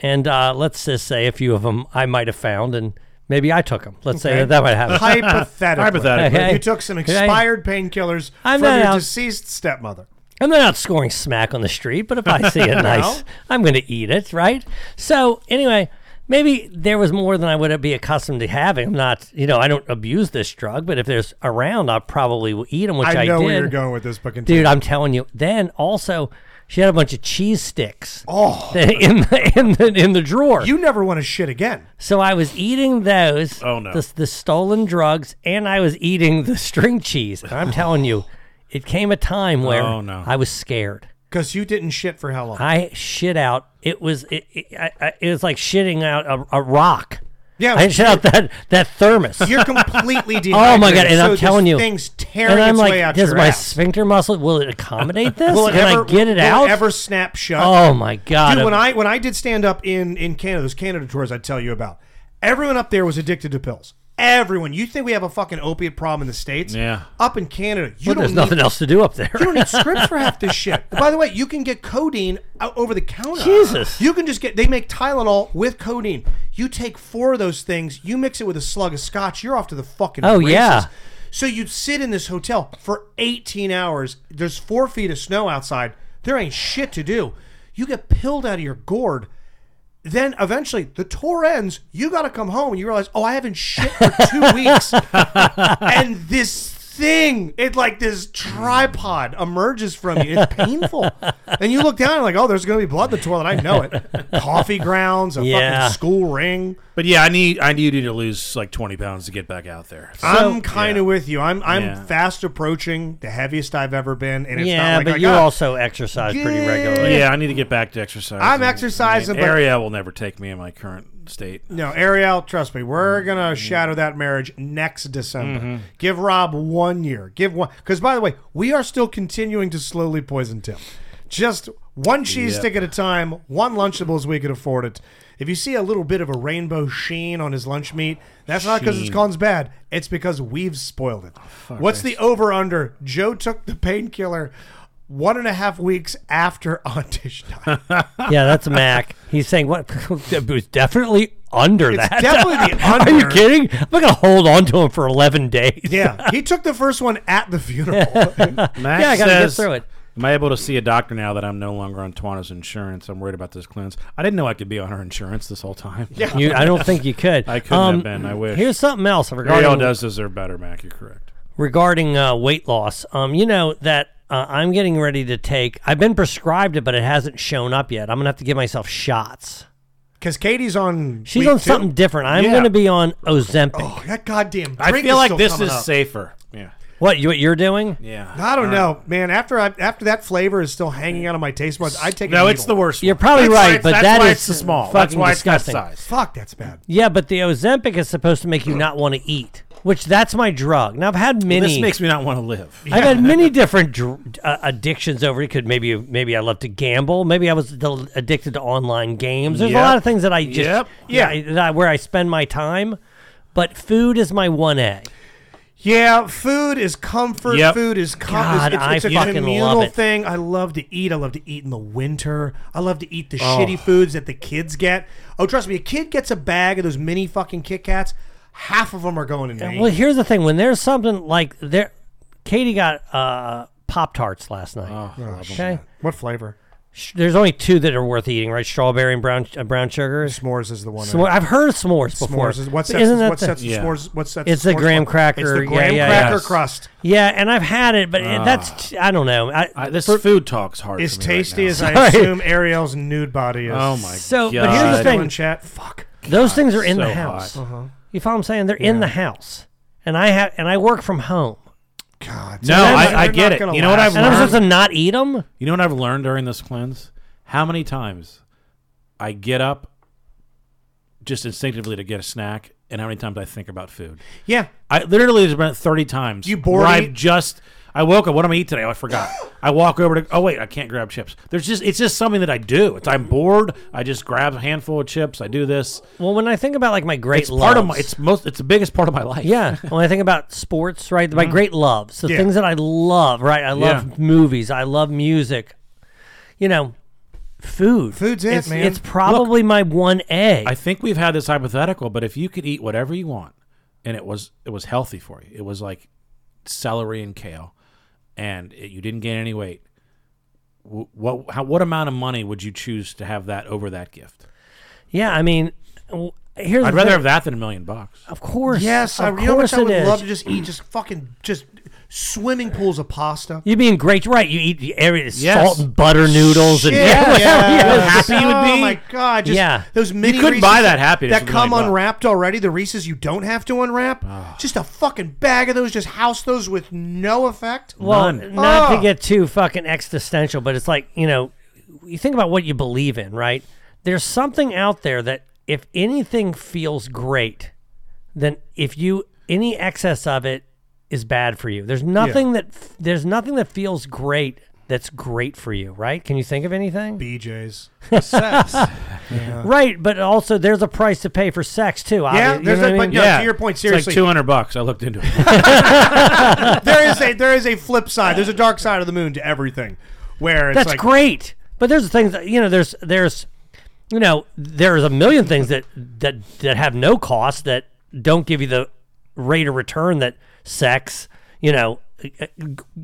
K: and uh, let's just say a few of them I might have found, and maybe I took them. Let's say
J: Okay.
K: that, that might happen. [LAUGHS]
J: Hypothetically,
I: Hypothetically.
K: Okay.
J: you took some
K: Okay.
J: expired painkillers
K: I'm
J: from
K: not
J: your
K: out-
J: deceased stepmother.
K: And they're not scoring smack on the street, but if I see
J: [LAUGHS]
K: it nice, I'm going to eat it, right? So anyway, maybe there was more than I would be accustomed to having. I'm not, you know, I don't abuse this drug, but if there's around, I probably will eat them, which I,
J: I know
K: did.
J: where you're going with this, but continue.
K: Dude, I'm telling you. Then also, she had a bunch of cheese sticks
J: oh,
K: [LAUGHS] in the in the in the drawer.
J: you never want to shit again.
K: So I was eating those.
I: Oh, no.
K: The, the stolen drugs, and I was eating the string cheese. And I'm telling you, it came a time where
I: Oh, no.
K: I was scared.
J: Because you didn't shit for how long?
K: I shit out. It was it, it, I, I, it was like shitting out a, a rock.
J: Yeah,
K: I shit out that that thermos. [LAUGHS]
J: you're completely dehydrated.
K: oh my god! And
J: so
K: I'm
J: this
K: telling you,
J: things tearing
K: and I'm
J: its
K: like,
J: way out
K: does
J: your
K: my
J: ass.
K: sphincter muscle will it
J: [LAUGHS]
K: accommodate this?
J: Will it
K: Can
J: ever,
K: I get it
J: will
K: out?
J: ever snap shut?
K: oh my god!
J: Dude, when
K: I'm-
J: I when I did stand up in in Canada, those Canada tours I tell you about, everyone up there was addicted to pills. Everyone, you think we have a fucking opiate problem in the states?
I: Yeah.
J: Up in Canada, you
K: Well, [LAUGHS]
J: don't
K: there's
J: need,
K: nothing else to do up there.
J: You
K: [LAUGHS]
J: don't need scripts for half this shit. By the way, you can get codeine out over the counter.
K: Jesus.
J: You can just get. They make Tylenol with codeine. You take four of those things. You mix it with a slug of scotch. You're off to the fucking.
K: Oh,
J: races.
K: yeah.
J: So you'd sit in this hotel for 18 hours. There's four feet of snow outside. There ain't shit to do. You get pilled out of your gourd. Then eventually the tour ends.
K: [LAUGHS]
J: You got to come home and you realize, oh, I haven't shit for two weeks. and this thing. It like this tripod emerges from you. It's painful. and you look down and like, oh, there's gonna be blood in the toilet. I know it. Coffee grounds, a
I: Yeah.
J: fucking school ring.
I: But yeah, I need I need you to lose like twenty pounds to get back out there.
J: I'm kind of with you. I'm I'm
I: Yeah.
J: fast approaching the heaviest I've ever been, and it's
K: Yeah,
J: not like
K: but
J: I
K: you
J: got-
K: also exercise pretty
J: Yeah.
K: regularly.
I: Yeah, I need to get back to exercise.
J: I'm exercising, but-
I: area will never take me in my current state. Mm-hmm.
J: No, Ariel, trust me, we're gonna shadow that marriage next December.
I: Mhm.
J: Give Rob one year. Give one because by the way, we are still continuing to slowly poison Tim. Just one cheese
I: Yep.
J: stick at a time, one Lunchables we could afford it. If you see a little bit of a rainbow sheen on his lunch meat, that's not because it's
I: Sheen. Oh,
J: Colin's bad. It's because we've spoiled it. What's the over under? Joe took the painkiller one and a half weeks after [LAUGHS] audition.
K: yeah, that's Mac. He's saying what? [LAUGHS] it was definitely under
J: It's
K: that.
J: definitely the
K: [LAUGHS] Are you
J: under.
K: kidding? I'm not gonna hold on to him for 11 days.
J: yeah, he took the first one at the funeral.
I: Max
K: [LAUGHS] Yeah, I gotta get
I: says,
K: through it.
I: Am I able to see a doctor now that I'm no longer on Twana's insurance? I'm worried about this cleanse. I didn't know I could be on her insurance this whole time.
K: Yeah. You- I don't think you
I: [LAUGHS]
K: could.
I: I couldn't
K: Um,
I: have been. I wish.
K: here's something else regarding-
I: Ariel does deserve better, Mac. You're correct.
K: regarding uh, weight loss. Um, you know that uh, I'm getting ready to take. I've been prescribed it, but it hasn't shown up yet. I'm gonna have to give myself shots.
J: Because Katie's on.
K: She's
J: week
K: on
J: two.
K: something different. I'm
J: Yeah.
K: gonna be on Ozempic.
J: Oh, that goddamn.
I: I
J: drink
I: feel
J: is
I: like
J: still
I: this
J: coming
I: is
J: up.
I: safer. Yeah.
K: What you what you're doing?
I: Yeah.
J: I don't know, man. After I, after that flavor is still hanging out of my taste buds, I take.
I: No,
J: a
I: it's the worst.
K: You're probably
I: That's why
K: right,
I: it's-
K: but
I: that's
K: that
I: why
K: is
I: it's the small.
K: Fucking
I: That's why it's that
K: disgusting.
I: size.
J: Fuck, that's bad.
K: Yeah, but the Ozempic is supposed to make you not want to eat, which that's my drug. Now I've had many.
I: this makes me not want to live.
K: I've had many different dr- uh, addictions over. It could maybe maybe I love to gamble. Maybe I was del- addicted to online games. There's a lot
I: Yep.
K: of things that I just
I: Yep.
K: yeah I- that I- where I spend my time, but food is my one A.
J: Yeah, food is comfort.
K: Yep.
J: Food is
K: God,
J: comfort. it's, it's
K: I
J: a
K: fucking
J: communal
K: love it.
J: thing. I love to eat. I love to eat in the winter. I love to eat the
K: Oh.
J: shitty foods that the kids get. Oh, trust me, a kid gets a bag of those mini fucking Kit Kats. Half of them are going in vain.
K: Well, here's the thing: when there's something like there, Katie got uh, Pop Tarts last
I: Oh,
K: night. okay,
J: what flavor?
K: Sh- there's only two that are worth eating, right? Strawberry and brown uh, brown sugar.
J: S'mores is the one. I-
K: S'more, I've heard of s'mores before.
J: S'mores is- what
K: But
J: sets-
K: isn't that
J: what
K: the-
J: sets the Yeah. s'mores- what sets
K: It's
J: the
K: the
J: s'mores
K: graham
J: apart?
K: cracker.
J: It's the
K: yeah,
J: graham
K: yeah,
J: cracker
K: yeah.
J: crust.
K: Yeah, and I've had it, but
I: Ah.
K: it, that's I don't know. I,
I: this food talk's hard.
J: As
I: for me right
J: tasty
I: now.
K: [LAUGHS]
J: as I
K: Sorry.
J: assume Ariel's nude body is.
I: Oh my
K: So,
I: God.
K: but here's the
J: Still in
K: thing.
J: chat. Uh-huh. Fuck.
K: Those things are in
I: so
K: the house.
I: hot.
K: You follow what I'm saying? They're in the house, and I have and I work from home. God,
I: No, I, I get it. You know what I've
K: and
I: learned?
K: I'm supposed to not eat them.
I: You know what I've learned during this cleanse? How many times I get up just instinctively to get a snack, and how many times I think about food.
J: Yeah.
I: I literally there's been thirty times.
J: You bored
I: where I've
J: eat?
I: just I woke up. What am I eat today? Oh, I forgot. I walk over to. Oh wait, I can't grab chips. There's just it's just something that I do. It's I'm bored. I just grab a handful of chips. I do this.
K: Well, when I think about like my great
I: it's part of my.
K: loves.
I: It's most. It's the biggest part of my life.
K: Yeah. when I think about sports, right? My
I: Mhm.
K: great loves, the
I: Yeah.
K: things that I love, right? I love movies. I love music. You know, food. Food's it's, It's probably my one A.
I: I think we've had this hypothetical, but if you could eat whatever you want, and it was it was healthy for you, it was like celery and kale, and it, you didn't gain any weight. wh- What how, what amount of money would you choose to have that over that gift?
K: yeah. I mean, w- here's.
I: I'd
K: the
I: rather
K: thing.
I: have that than a million bucks.
K: Of course.
J: Yes, I,
K: Of
J: you know what
K: course
J: I
K: it
J: would
K: is.
J: love to just eat? Just fucking just swimming pools of pasta.
K: You mean great, right? You eat the area
J: Yes.
K: salt and butter noodles and [LAUGHS]
J: Shit,
K: yeah,
J: yeah.
I: Happy [LAUGHS] you would
J: Oh
I: be?
J: my god! Just
K: Yeah.
J: those
K: You
J: mini
K: could
J: Reese's
K: buy that happiness
J: that
K: with
J: come
K: money, but-
J: unwrapped already. The Reese's you don't have to unwrap. Just a fucking bag of those. Just house those with no effect.
K: Well, not
J: Oh.
K: to get too fucking existential, but it's like, you know, you think about what you believe in, right? There's something out there that if anything feels great, then if you any excess of it is bad for you. There's nothing that there's nothing that feels great that's great for you, right? Can you think of anything?
J: BJ's.
K: Sex. Right, but also there's a price to pay for sex too. obvi- you
J: there's
K: know
J: a-
K: what I
J: but
K: mean?
J: no, to Yeah. your point,
I: it's
J: seriously.
I: like two hundred bucks. I looked into it.
J: [LAUGHS] there is a there is a flip side. There's a dark side of the moon to everything. Where it's
K: that's
J: like,
K: great. But there's the things that you know. There's there's you know there's a million things that that that have no cost that don't give you the rate of return that sex you know uh,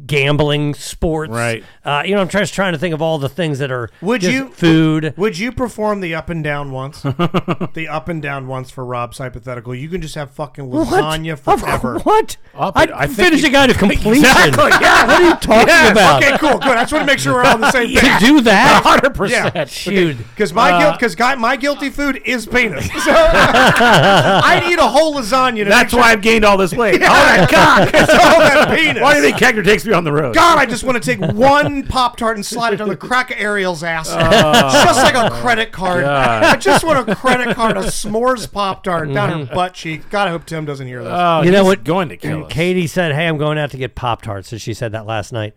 K: gambling, sports.
I: Right.
K: Uh, you know, I'm just trying to think of all the things that are.
J: Would
K: just
J: you
K: food?
J: Would you perform the up and down
K: [LAUGHS]
J: once? the up and down once for Rob's hypothetical. You can just have fucking
K: What?
J: lasagna
K: Of-
J: forever.
K: what?
I: Up
K: I,
I: and- I think
K: finish
I: you-
K: a guy to completion.
I: Exactly, [LAUGHS] yeah.
K: What are you talking
J: Yes,
K: about?
J: Okay, cool, good. I just want to make sure we're all on the
K: [LAUGHS]
J: same
K: You
J: page.
K: can do
I: [LAUGHS]
K: that.
I: 100%.
K: Shoot.
J: Because my
I: Uh,
J: guilt, because guy, my guilty food
I: [LAUGHS]
J: is penis. So [LAUGHS] I need a whole lasagna. To
I: That's
J: make sure-
I: why I've gained all this weight.
J: [LAUGHS] Yeah.
I: All that cock.
J: It's all that penis.
I: Why do you think Hector takes me on the road?
J: God, I just want to take one Pop Tart and slide it down the crack of Ariel's ass.
I: Oh.
J: just like a credit card.
I: God.
J: I just want a credit card, a s'mores Pop Tart down
I: Mm-hmm.
J: her butt cheek. God, I hope Tim doesn't hear this.
I: Oh,
K: you know
I: he's
K: what?
I: Going to kill us.
K: Katie said, "Hey, I'm going out to get Pop Tarts." And she said that last night.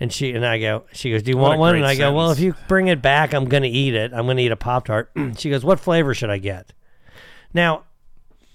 K: And she and I go. She goes, "Do you
I: What
K: want
I: a
K: one?"
I: great
K: And I go, "Well, if you
I: sentence.
K: bring it back, I'm going to eat it. I'm going to eat a Pop Tart." [CLEARS THROAT] she goes, "What flavor should I get?" Now,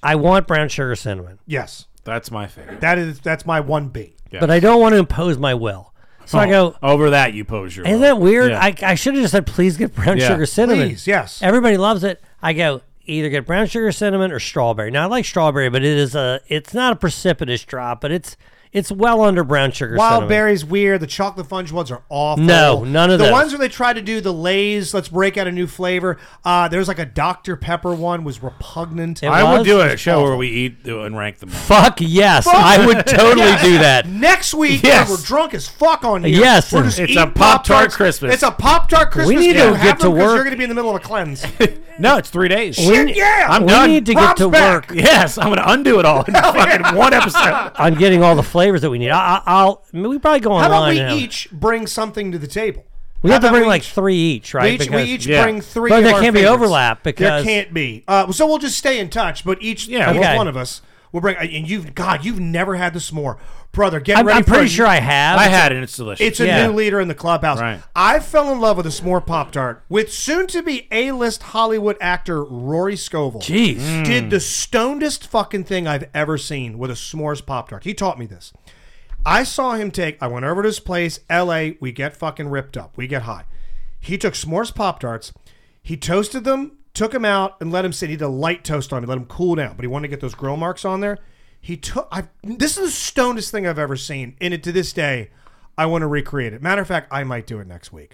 K: I want brown sugar cinnamon,
J: yes,
I: That's my favorite.
J: that is that's my one B.
I: Yeah.
K: but I don't want to impose my will. So I
I: Oh,
K: go,
I: over that. You pose your.
K: "Isn't that weird?"
I: Yeah.
K: I, I should have just said, "Please get brown
I: Yeah.
K: sugar cinnamon."
J: Please, yes.
K: Everybody loves it. I go either get brown sugar cinnamon or strawberry. Now I like strawberry, but it is a it's not a precipitous drop, but it's it's well under brown sugar
J: Wild
K: cinnamon.
J: berries weird. The chocolate fudge ones are awful.
K: No, none of
J: the
K: those.
J: ones where they try to do the Lay's. Let's break out a new flavor. Uh, there's like a Dr Pepper one was repugnant.
K: It
I: I
K: was?
I: would do a
J: It's
I: show
J: awful.
I: where we eat uh, and rank them. all.
K: Fuck yes, I would
I: [LAUGHS]
K: totally
J: Yes.
K: do that.
J: Next week,
I: Yes.
J: when we're drunk as fuck on here.
K: Yes.
J: we're just
I: It's
J: eating
I: a Pop-Tart
J: Pop-Tarts.
I: Christmas.
J: It's a Pop Tart Christmas.
K: need
J: You
K: to
J: have
K: get
J: them
K: to
J: 'cause
K: work.
J: You're going to be in the middle of
K: [LAUGHS]
J: a cleanse.
I: No, it's three days.
K: We-
J: Shit, yeah.
I: I'm
K: we
I: done.
K: need to get
J: Rob's
K: to
J: back.
K: work
I: Yes, I'm going to undo it all
J: [LAUGHS]
I: in [LAUGHS] fucking one episode.
K: on getting all the flavors that we need. I, I, I'll I mean, we probably go
J: How
K: online.
J: about we
K: now.
J: each bring something to the table?
K: We
J: How
K: have to
J: about
K: bring
J: we
K: like
J: each-
K: three each,
J: We
K: right?
J: each, we
K: Because-
J: each
I: Yeah.
J: bring three.
K: But
J: of
K: there
J: our
K: can't be
J: favorites.
K: overlap because-
J: there can't be. Uh, so we'll just stay in touch. But each, yeah,
K: Okay.
J: one of us will bring. And you've, God, you've never had this more, brother. Get
K: I'm,
J: ready.
K: I'm
J: for
K: pretty
J: a-
K: sure I have.
I: I had it. and It's delicious.
J: It's a
K: Yeah.
J: new leader in the clubhouse.
I: Right.
J: I fell in love with a s'more pop tart with soon-to-be A-list Hollywood actor Rory Scovel.
K: Jeez.
J: did the stonedest fucking thing I've ever seen with a s'mores pop tart. He taught me this. I saw him take. I went over to his place, L.A. We get fucking ripped up. We get high. He took s'mores pop tarts. He toasted them, took them out, and let them sit. He did a light toast on it, let them cool down. But he wanted to get those grill marks on there. He took. I. This is the stonedest thing I've ever seen, and it to this day, I want to recreate it. Matter of fact, I might do it next week.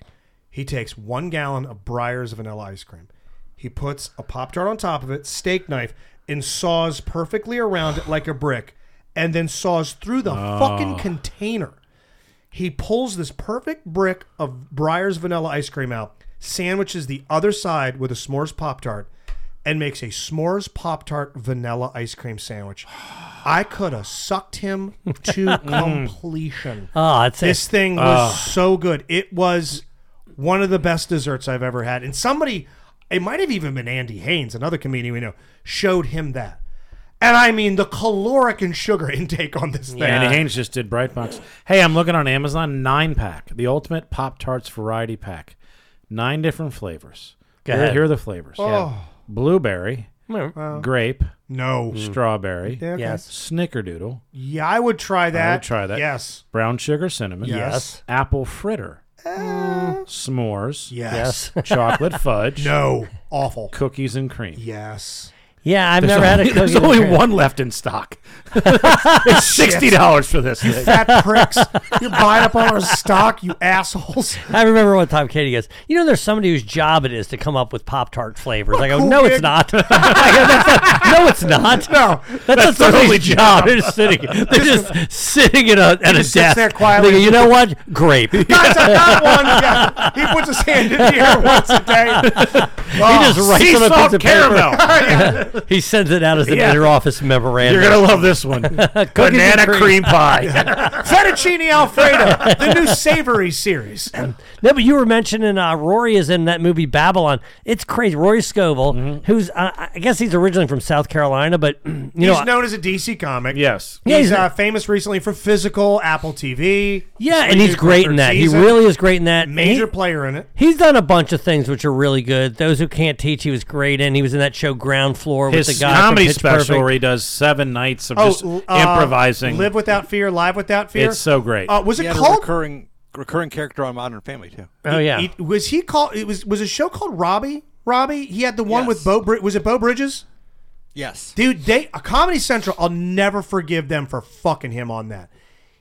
J: He takes one gallon of Breyer's vanilla ice cream. He puts a pop tart on top of it, steak knife, and saws perfectly around it like a brick, and then saws through the fucking container. He pulls this perfect brick of Breyer's vanilla ice cream out, sandwiches the other side with a s'mores pop tart, and makes a s'mores pop tart vanilla ice cream sandwich. I could have sucked him to completion.
K: Oh, it's
J: This
K: this.
J: thing was so good. It was one of the best desserts I've ever had. And somebody, it might have even been Andy Haynes, another comedian we know, showed him that. And I mean, the caloric and sugar [LAUGHS] intake on this thing.
I: Andy Haynes just did Brightbox. Hey, I'm looking on Amazon. Nine pack, the ultimate Pop Tarts variety pack. Nine different flavors.
K: Go
I: here,
K: ahead.
I: here are the flavors:
J: Oh. uh,
I: blueberry, grape,
J: No.
I: strawberry,
J: Mm. Yeah, okay.
K: Yes.
I: snickerdoodle,
J: Yeah, I would try that.
I: try that.
J: Yes.
I: brown sugar cinnamon,
J: Yes.
I: apple fritter,
L: Eh.
I: Mm, s'mores,
J: Yes.
L: [LAUGHS]
I: chocolate fudge,
J: [LAUGHS] No. Awful.
I: cookies and cream.
J: Yes.
K: Yeah, I've
I: There's
K: never had a
I: only-
K: cookie.
I: There's
K: in a
I: only
K: crib.
I: one left in
K: [LAUGHS]
I: stock. it's sixty dollars for this. Thing.
J: Fat pricks. You're buying up all our stock, you
K: [LAUGHS]
J: assholes.
K: I remember one time Katie goes, "You know, there's somebody whose job it is to come up with Pop Tart flavors." I go,
J: cool
K: "No,
J: gig."
K: it's not. [LAUGHS] I go,
J: [LAUGHS]
K: "That's not- No, it's not.
J: No.
K: That's,
I: That's
K: not
I: their
K: somebody's
I: only job.
K: job.
J: [LAUGHS]
K: They're just sitting. They're just sitting at a at a
J: just sits
K: desk.
J: there quietly.
K: They go, you know what? Grape. He
J: Guys, I got one. Yeah.
K: [LAUGHS]
J: He puts his hand in the air once a day. Oh,
K: just writes
I: sea
K: them a
I: salt
K: piece of [LAUGHS]
I: caramel.
K: paper. he sends it out as an
I: Yeah.
K: interoffice
I: You're
K: memorandum.
I: gonna love this
K: [LAUGHS]
I: one. Banana
K: cream.
I: cream pie.
J: [LAUGHS] Fettuccine Alfredo, the new
K: [LAUGHS]
J: savory series.
K: No, but you were mentioning uh, Rory is in that movie Babylon. It's crazy. Rory Scovel,
I: Mm-hmm.
K: who's uh, I guess he's originally from South Carolina, but [CLEARS THROAT] you
J: He's
K: know,
J: known as a DC comic.
I: yes.
K: Yeah,
J: he's
K: he's-
J: uh, famous recently for Physical, Apple TV.
K: yeah,
J: Three
K: and he's
J: years
K: great
J: per
K: in that.
J: season.
K: He really is great in that.
J: major
K: He-
J: player in it.
K: He's done a bunch of things which are really good. Those who can't teach, he was great in. He was in that show Ground Floor
I: His
K: with the guy from
I: comedy
K: Pitch
I: special
K: Perfect.
I: where he does seven nights of just
J: l- uh,
I: improvising.
J: Live without fear, live without fear.
I: It's so great.
J: Uh, was
L: He
J: it
L: had a
J: called?
L: recurring recurring character on Modern Family too.
K: oh yeah,
J: it- was he called? It was was a show called Robbie. Robbie. He had the one with Bo. Brid- was it Bo Bridges? uh,
L: Yes.
J: Dude, they a Comedy Central. I'll never forgive them for fucking him on that.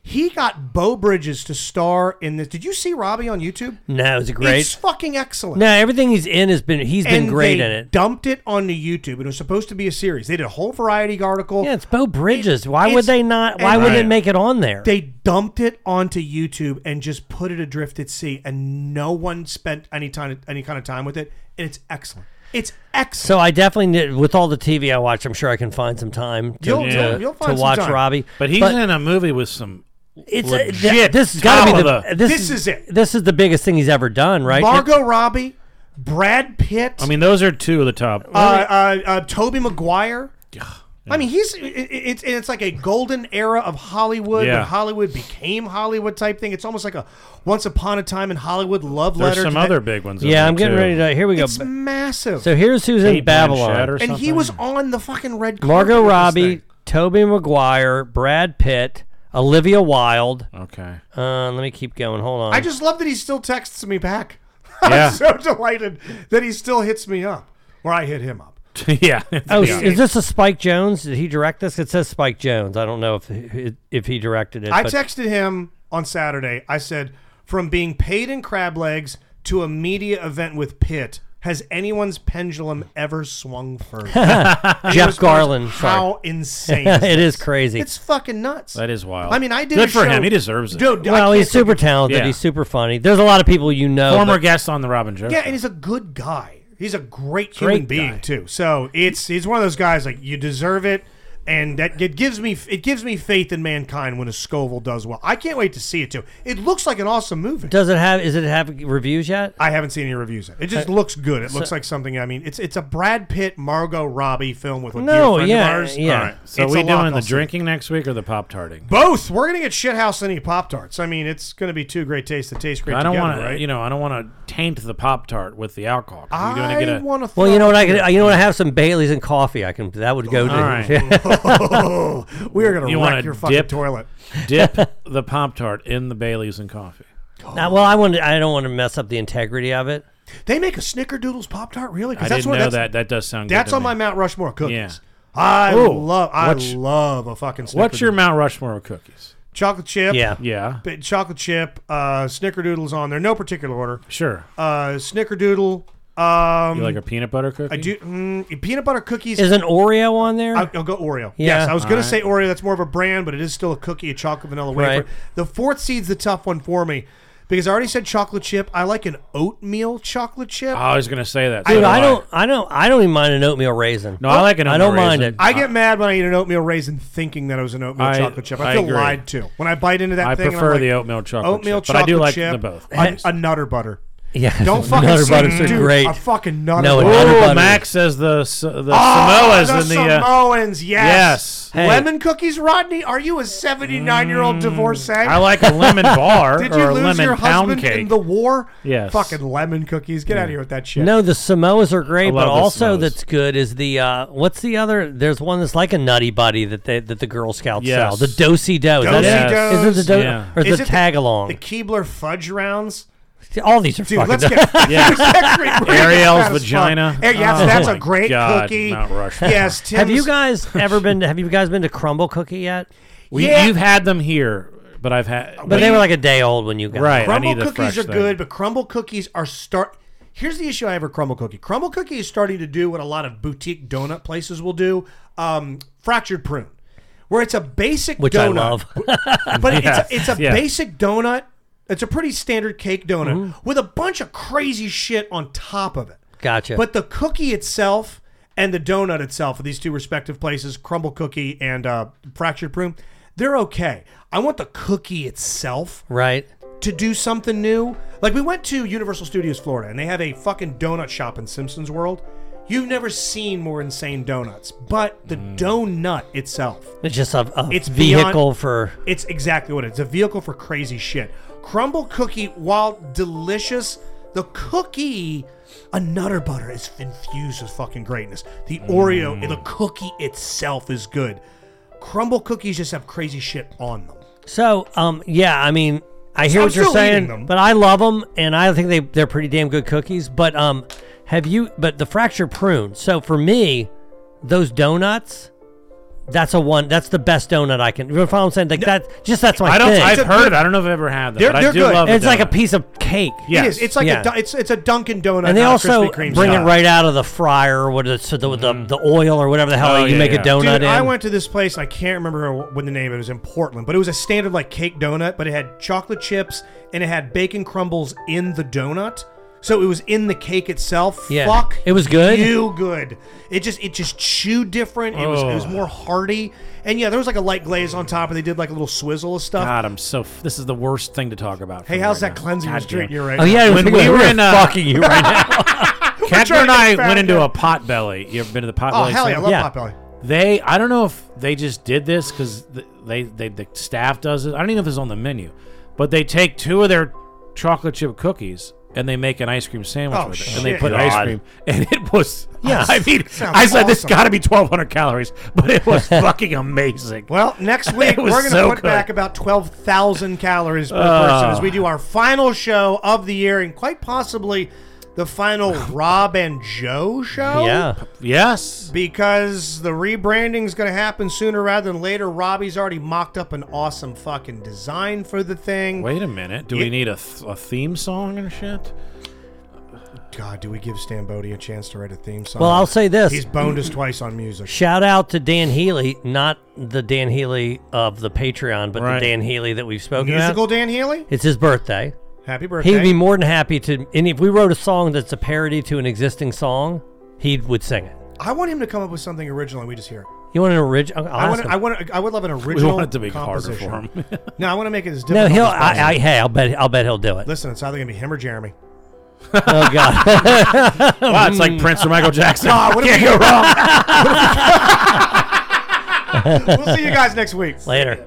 J: He got Bo Bridges to star in this. Did you see Robbie on YouTube?
K: No, it's great.
J: It's fucking excellent.
K: No, everything he's in has been he's been
J: And
K: great
J: they
K: in it.
J: Dumped it onto YouTube. It was supposed to be a series. They did a whole variety article.
K: Yeah, it's Bo Bridges. why would
J: it's-
K: they not? Why
J: and-
K: would not it make it on there?
J: They dumped it onto YouTube and just put it adrift at sea, and no one spent any time any kind of time with it. And it's excellent. It's excellent.
K: so I definitely need, with all the TV I watch, I'm sure I can find some time to,
J: You'll-
K: to-
J: you'll- you'll find
K: to
J: some
K: watch
J: time.
K: Robbie.
I: But he's in a movie with some
K: it's
I: legit.
K: uh, th- this has got to be the,
I: top of the-
K: this,
J: This is it.
K: This is the biggest thing he's ever done, right?
J: Margot Robbie, Brad Pitt,
I: I mean, those are two of the top.
J: uh, uh, uh, Toby Maguire. I mean, he's it- it- it's it's like a golden era of Hollywood
I: Yeah.
J: when Hollywood became Hollywood type thing. It's almost like a once upon a time in Hollywood love
I: There's
J: letter.
I: some
J: to that-
I: other big ones. in
K: yeah,
I: there,
K: I'm getting
I: too.
K: ready to. Here we go.
J: It's
K: Ba-
J: massive.
K: So here's who's in
I: Kate Blanchett
K: Babylon.
I: or
J: and he was on the fucking red. carpet
K: Margot
J: with this
K: Robbie,
J: thing.
K: Toby Maguire, Brad Pitt, Olivia Wilde.
I: Okay.
K: Uh, let me keep going. Hold on.
J: I just love that he still texts me back. [LAUGHS]
K: Yeah.
J: I'm so delighted that he still hits me up, or I hit him up.
I: yeah.
K: Oh,
I: Yeah.
K: is this a Spike Jones? Did he direct this? It says Spike Jones. I don't know if if he directed it.
J: I
K: but-
J: texted him on Saturday. I said, from being paid in crab legs to a media event with Pitt, has anyone's pendulum ever swung
K: [LAUGHS]
J: further? And he
K: Jeff
J: was
K: Garland.
J: How
K: sorry. [LAUGHS]
J: insane!
K: it
J: this?
K: is crazy.
J: It's fucking nuts.
I: That is wild.
J: I mean, I did.
I: Good
J: a
I: for
J: show-
I: him. He deserves it.
J: Dude, I
K: well,
J: can't
K: he's
J: take
K: super
J: it.
K: talented.
I: Yeah.
K: He's super funny. There's a lot of people you know.
I: Former
K: but-
I: guest on the Robin Joe.
J: Yeah,
I: Show.
J: and he's a good guy. He's a great human
K: Great
J: being
K: guy.
J: too. So it's he's one of those guys like you deserve it, and that it gives me it gives me faith in mankind when a Scoville does well. I can't wait to see it too. It looks like an awesome movie.
K: Does it have? Is it have reviews yet?
J: I haven't seen any reviews yet. It just
K: Uh,
J: looks good. It
K: so-
J: looks like something. I mean, it's it's a Brad Pitt, Margot Robbie film with a
K: No,
J: dear friend
K: yeah,
J: of ours.
K: yeah.
J: All right.
I: So
J: It's
I: we
J: a lock.
I: doing the
J: I'll see it.
I: drinking next week or the pop tarting?
J: Both. We're gonna get shithouse any pop tarts. I mean, it's gonna be two great tastes that taste great.
I: I don't
J: together,
I: want to,
J: right?
I: you know, I don't want to taint the pop tart with the alcohol. 'cause You're
J: I
I: going to get a
J: want to.
K: Well, you know what? I could. You know what? I have some Baileys and coffee. I can. That would go. to
I: All
K: [LAUGHS]
I: right.
J: [LAUGHS] we are gonna
I: You wanna
J: wreck your fucking
I: dip?
J: toilet.
I: dip the pop tart in the Bailey's and coffee.
K: Now, well, I want. I don't want to mess up the integrity of it.
J: They make a Snickerdoodles pop tart, really?
I: I
J: Because that's
I: didn't
J: what
I: know
J: that's,
I: that. That does sound. good
J: That's
I: to
J: on
I: me.
J: my Mount Rushmore cookies.
I: Yeah.
J: I
I: Ooh.
J: love. I
I: What's-
J: love a fucking. Snickerdoodle.
I: What's your Mount Rushmore of cookies?
J: chocolate chip?
K: Yeah.
I: Yeah,
J: Bit chocolate chip, uh, Snickerdoodles on there. No particular order.
I: sure.
J: Uh, Snickerdoodle. Um,
I: You like a peanut butter cookie?
J: I do mm, peanut butter cookies.
K: Is an Oreo on there?
J: I'll, I'll go Oreo.
K: Yeah.
J: Yes, I was
I: All
J: going
I: right.
J: to say Oreo. That's more of a brand, but it is still a cookie, a chocolate vanilla wafer.
K: Right.
J: The fourth seed's the tough one for me because I already said chocolate chip. I like an oatmeal chocolate chip.
I: I was going to say that. so
K: Dude,
I: do
K: I don't. I don't. I don't even mind an oatmeal raisin.
I: No, I like an
K: I don't
I: oatmeal
K: mind
I: raisin.
K: it.
J: I get mad when I eat an oatmeal raisin thinking that it was an oatmeal
I: I-
J: chocolate chip.
I: I
J: I, feel
I: agree.
J: lied to when I bite into that
I: I
J: thing. and I'm
I: prefer
J: like,
I: the oatmeal chocolate
J: oatmeal
I: chip, but I
J: chocolate
I: do like them
J: chip,
I: both.
J: A, a
K: [LAUGHS]
J: nutter butter.
I: [LAUGHS]
K: Yeah.
J: Don't fucking
K: Nutter
J: say
K: butters are
J: dude,
K: great.
J: A fucking nutter
K: No, a
J: butter.
K: nutter
I: Oh,
K: butter.
I: Max says the S- the
J: Oh,
I: Samoas and the uh,
J: Samoans, yes.
I: yes. Mm,
K: Hey.
J: Lemon cookies, Rodney? Are you a 79 year old divorcee?
I: I like a
K: [LAUGHS]
I: lemon bar
J: Did you
I: or a
J: lose
I: lemon
J: your
I: pound
J: husband
I: cake.
J: in the war?
I: Yes.
J: Fucking lemon cookies. Get out of here with that shit.
K: No, the Samoas are great,
I: I love
K: but
I: the
K: also
I: Samoas.
K: that's good is the uh, what's the other? There's one that's like a Nutty Buddy that they that the Girl Scouts
I: Yes.
K: sell. The Dosey Do.
J: Dosey
I: Yes.
K: Is it the Do
I: Yeah.
K: or
J: Is
K: the
J: it
K: tag along?
J: The Keebler fudge rounds.
K: All these are
J: Dude,
K: fucking.
J: let's get
I: [LAUGHS] Yes.
J: That's great.
I: Ariel's
J: That is
I: vagina.
J: fun. Eh, yes,
I: Oh
J: that's a
I: my
J: great
I: God,
J: cookie.
I: Mount Rushmore.
J: Yes, Tim's,
K: have you
J: [LAUGHS]
K: guys ever been? Have you guys been to Crumble Cookie yet?
I: We,
J: Yeah.
I: You've had them here, but I've had.
K: But they were like a day old when you got
I: Right. I
J: crumble
I: need a
J: cookies
I: fresh
J: are
I: thing.
J: good, but crumble cookies are start. Here's the issue I have with crumble cookie. Crumble cookie is starting to do what a lot of boutique donut places will do: um, fractured prune, where it's a basic
K: Which I
J: donut,
K: love.
J: [LAUGHS] but it's a, it's a
I: Yeah.
J: basic donut. It's a pretty standard cake donut
I: Mm-hmm.
J: with a bunch of crazy shit on top of it.
K: Gotcha.
J: But the cookie itself and the donut itself, these two respective places, Crumble Cookie and uh, Fractured Prune, they're okay. I want the cookie itself
K: right.
J: to do something new. Like we went to Universal Studios Florida and they have a fucking donut shop in Simpsons World. You've never seen more insane donuts, but the donut itself,
K: It's just a, Hmm. a
J: It's beyond-
K: vehicle for.
J: it's exactly what it is. It's a vehicle for crazy shit. Crumble cookie, while delicious, the cookie, a nutter butter is infused with fucking greatness. The
K: Hmm.
J: Oreo, the cookie itself is good. Crumble cookies just have crazy shit on them.
K: So, um, yeah, I mean, I
J: So
K: hear
J: I'm
K: what you're
J: still eating
K: saying,
J: them.
K: but I love them, and I think they they're pretty damn good cookies. But um, have you? But the fractured prune. So for me, those donuts,
E: That's a one. That's the best donut I can. You know what I'm saying? Like that. Just that's my.
K: I don't.
E: Thing.
K: I've heard of it. I don't know if I've ever had them.
E: They're-
K: but I
E: they're
K: do
E: good.
K: love
E: It's like a
K: donut.
E: piece of cake.
J: It is. It's like
E: Yeah.
J: a du- it's it's a Dunkin' Donut.
E: and they
J: not a
E: also
J: Krispy Kreme
E: bring it
J: donut.
E: right out of the fryer or the, so the,
K: Mm-hmm.
E: the, the oil or whatever the hell
K: Oh,
E: you make a donut
J: Dude,
E: in.
J: I went to this place and I can't remember what the name of it was in Portland, but it was a standard like cake donut, but it had chocolate chips and it had bacon crumbles in the donut. So it was in the cake itself.
E: Yeah.
J: Fuck.
E: It was good?
J: You good. It just it just chewed different. It was it was
K: Oh.
J: more hearty. And yeah, there was like a light glaze on top and they did like a little swizzle of stuff.
K: God, I'm so. f- This is the worst thing to talk about.
J: Hey,
K: for me
J: how's
K: right
J: that
K: now.
J: cleansing
K: God
J: restraint
K: damn.
J: you're right
E: Oh, yeah, I was
K: when
E: thinking
K: we
E: we
K: were
E: were
K: in uh,
E: fucking you
J: [LAUGHS]
E: right now.
K: Kepner
J: trying
K: and
J: to
K: I
J: get
K: went
J: found,
K: into
J: yeah.
K: a pot belly. You ever been to the pot
J: Oh,
K: belly?
J: hell yeah, I
K: thing?
J: love pot belly.
K: They, I don't know if they just did this because they, they, the staff does it. I don't even know if it's on the menu, but they take two of their chocolate chip cookies and they make an ice cream sandwich
J: Oh,
K: with it, and they
J: shit.
K: put
J: God.
K: ice cream, and it was. [LAUGHS]
J: Yeah.
K: I mean,
J: Sounds
K: I said this
J: awesome.
K: got to be 1,200 calories, [LAUGHS] but
E: [LAUGHS]
K: it was fucking amazing.
J: Well, next week
K: [LAUGHS] It
J: we're
K: was
J: going to
K: so
J: put
K: good.
J: back about 12,000 calories per person
K: Ah.
J: as we do our final show of the year and quite possibly the
K: [LAUGHS]
J: final Rob and Joe show.
E: Yeah.
K: Yes.
J: Because the rebranding is going to happen sooner rather than later. Robbie's already mocked up an awesome fucking design for the thing.
K: Wait a minute. Do
J: Yeah.
K: we need a, th- a theme song and shit?
J: God, do we give Stambody a chance to write a theme song?
E: Well, I'll say this.
J: He's boned us twice on
K: [LAUGHS]
J: music.
E: Shout out to Dan Healy, not the Dan Healy of the Patreon, but
K: Right.
E: the Dan Healy that we've spoken
J: Musical
E: about.
J: Dan Healy?
E: It's his birthday.
J: Happy birthday.
E: He'd be more than happy to. And if we wrote a song that's a parody to an existing song, he would sing it.
J: I want him to come up with something original and we just hear it.
E: You want an original?
J: I want, I want, I would love an original.
K: it to be harder for
J: composition.
K: him. [LAUGHS]
J: no, I want to make it as
E: No,
J: difficult.
E: he'll.
J: as possible.
E: I, I, hey, I'll bet. I'll bet he'll do it.
J: Listen, it's either gonna be him or
E: [LAUGHS]
J: Jeremy.
E: Oh God!
K: [LAUGHS] Wow, it's like Prince or Michael Jackson.
J: God, what if
K: Can't
J: we-
K: go wrong. [LAUGHS]
J: we'll see you guys next week.
E: Later.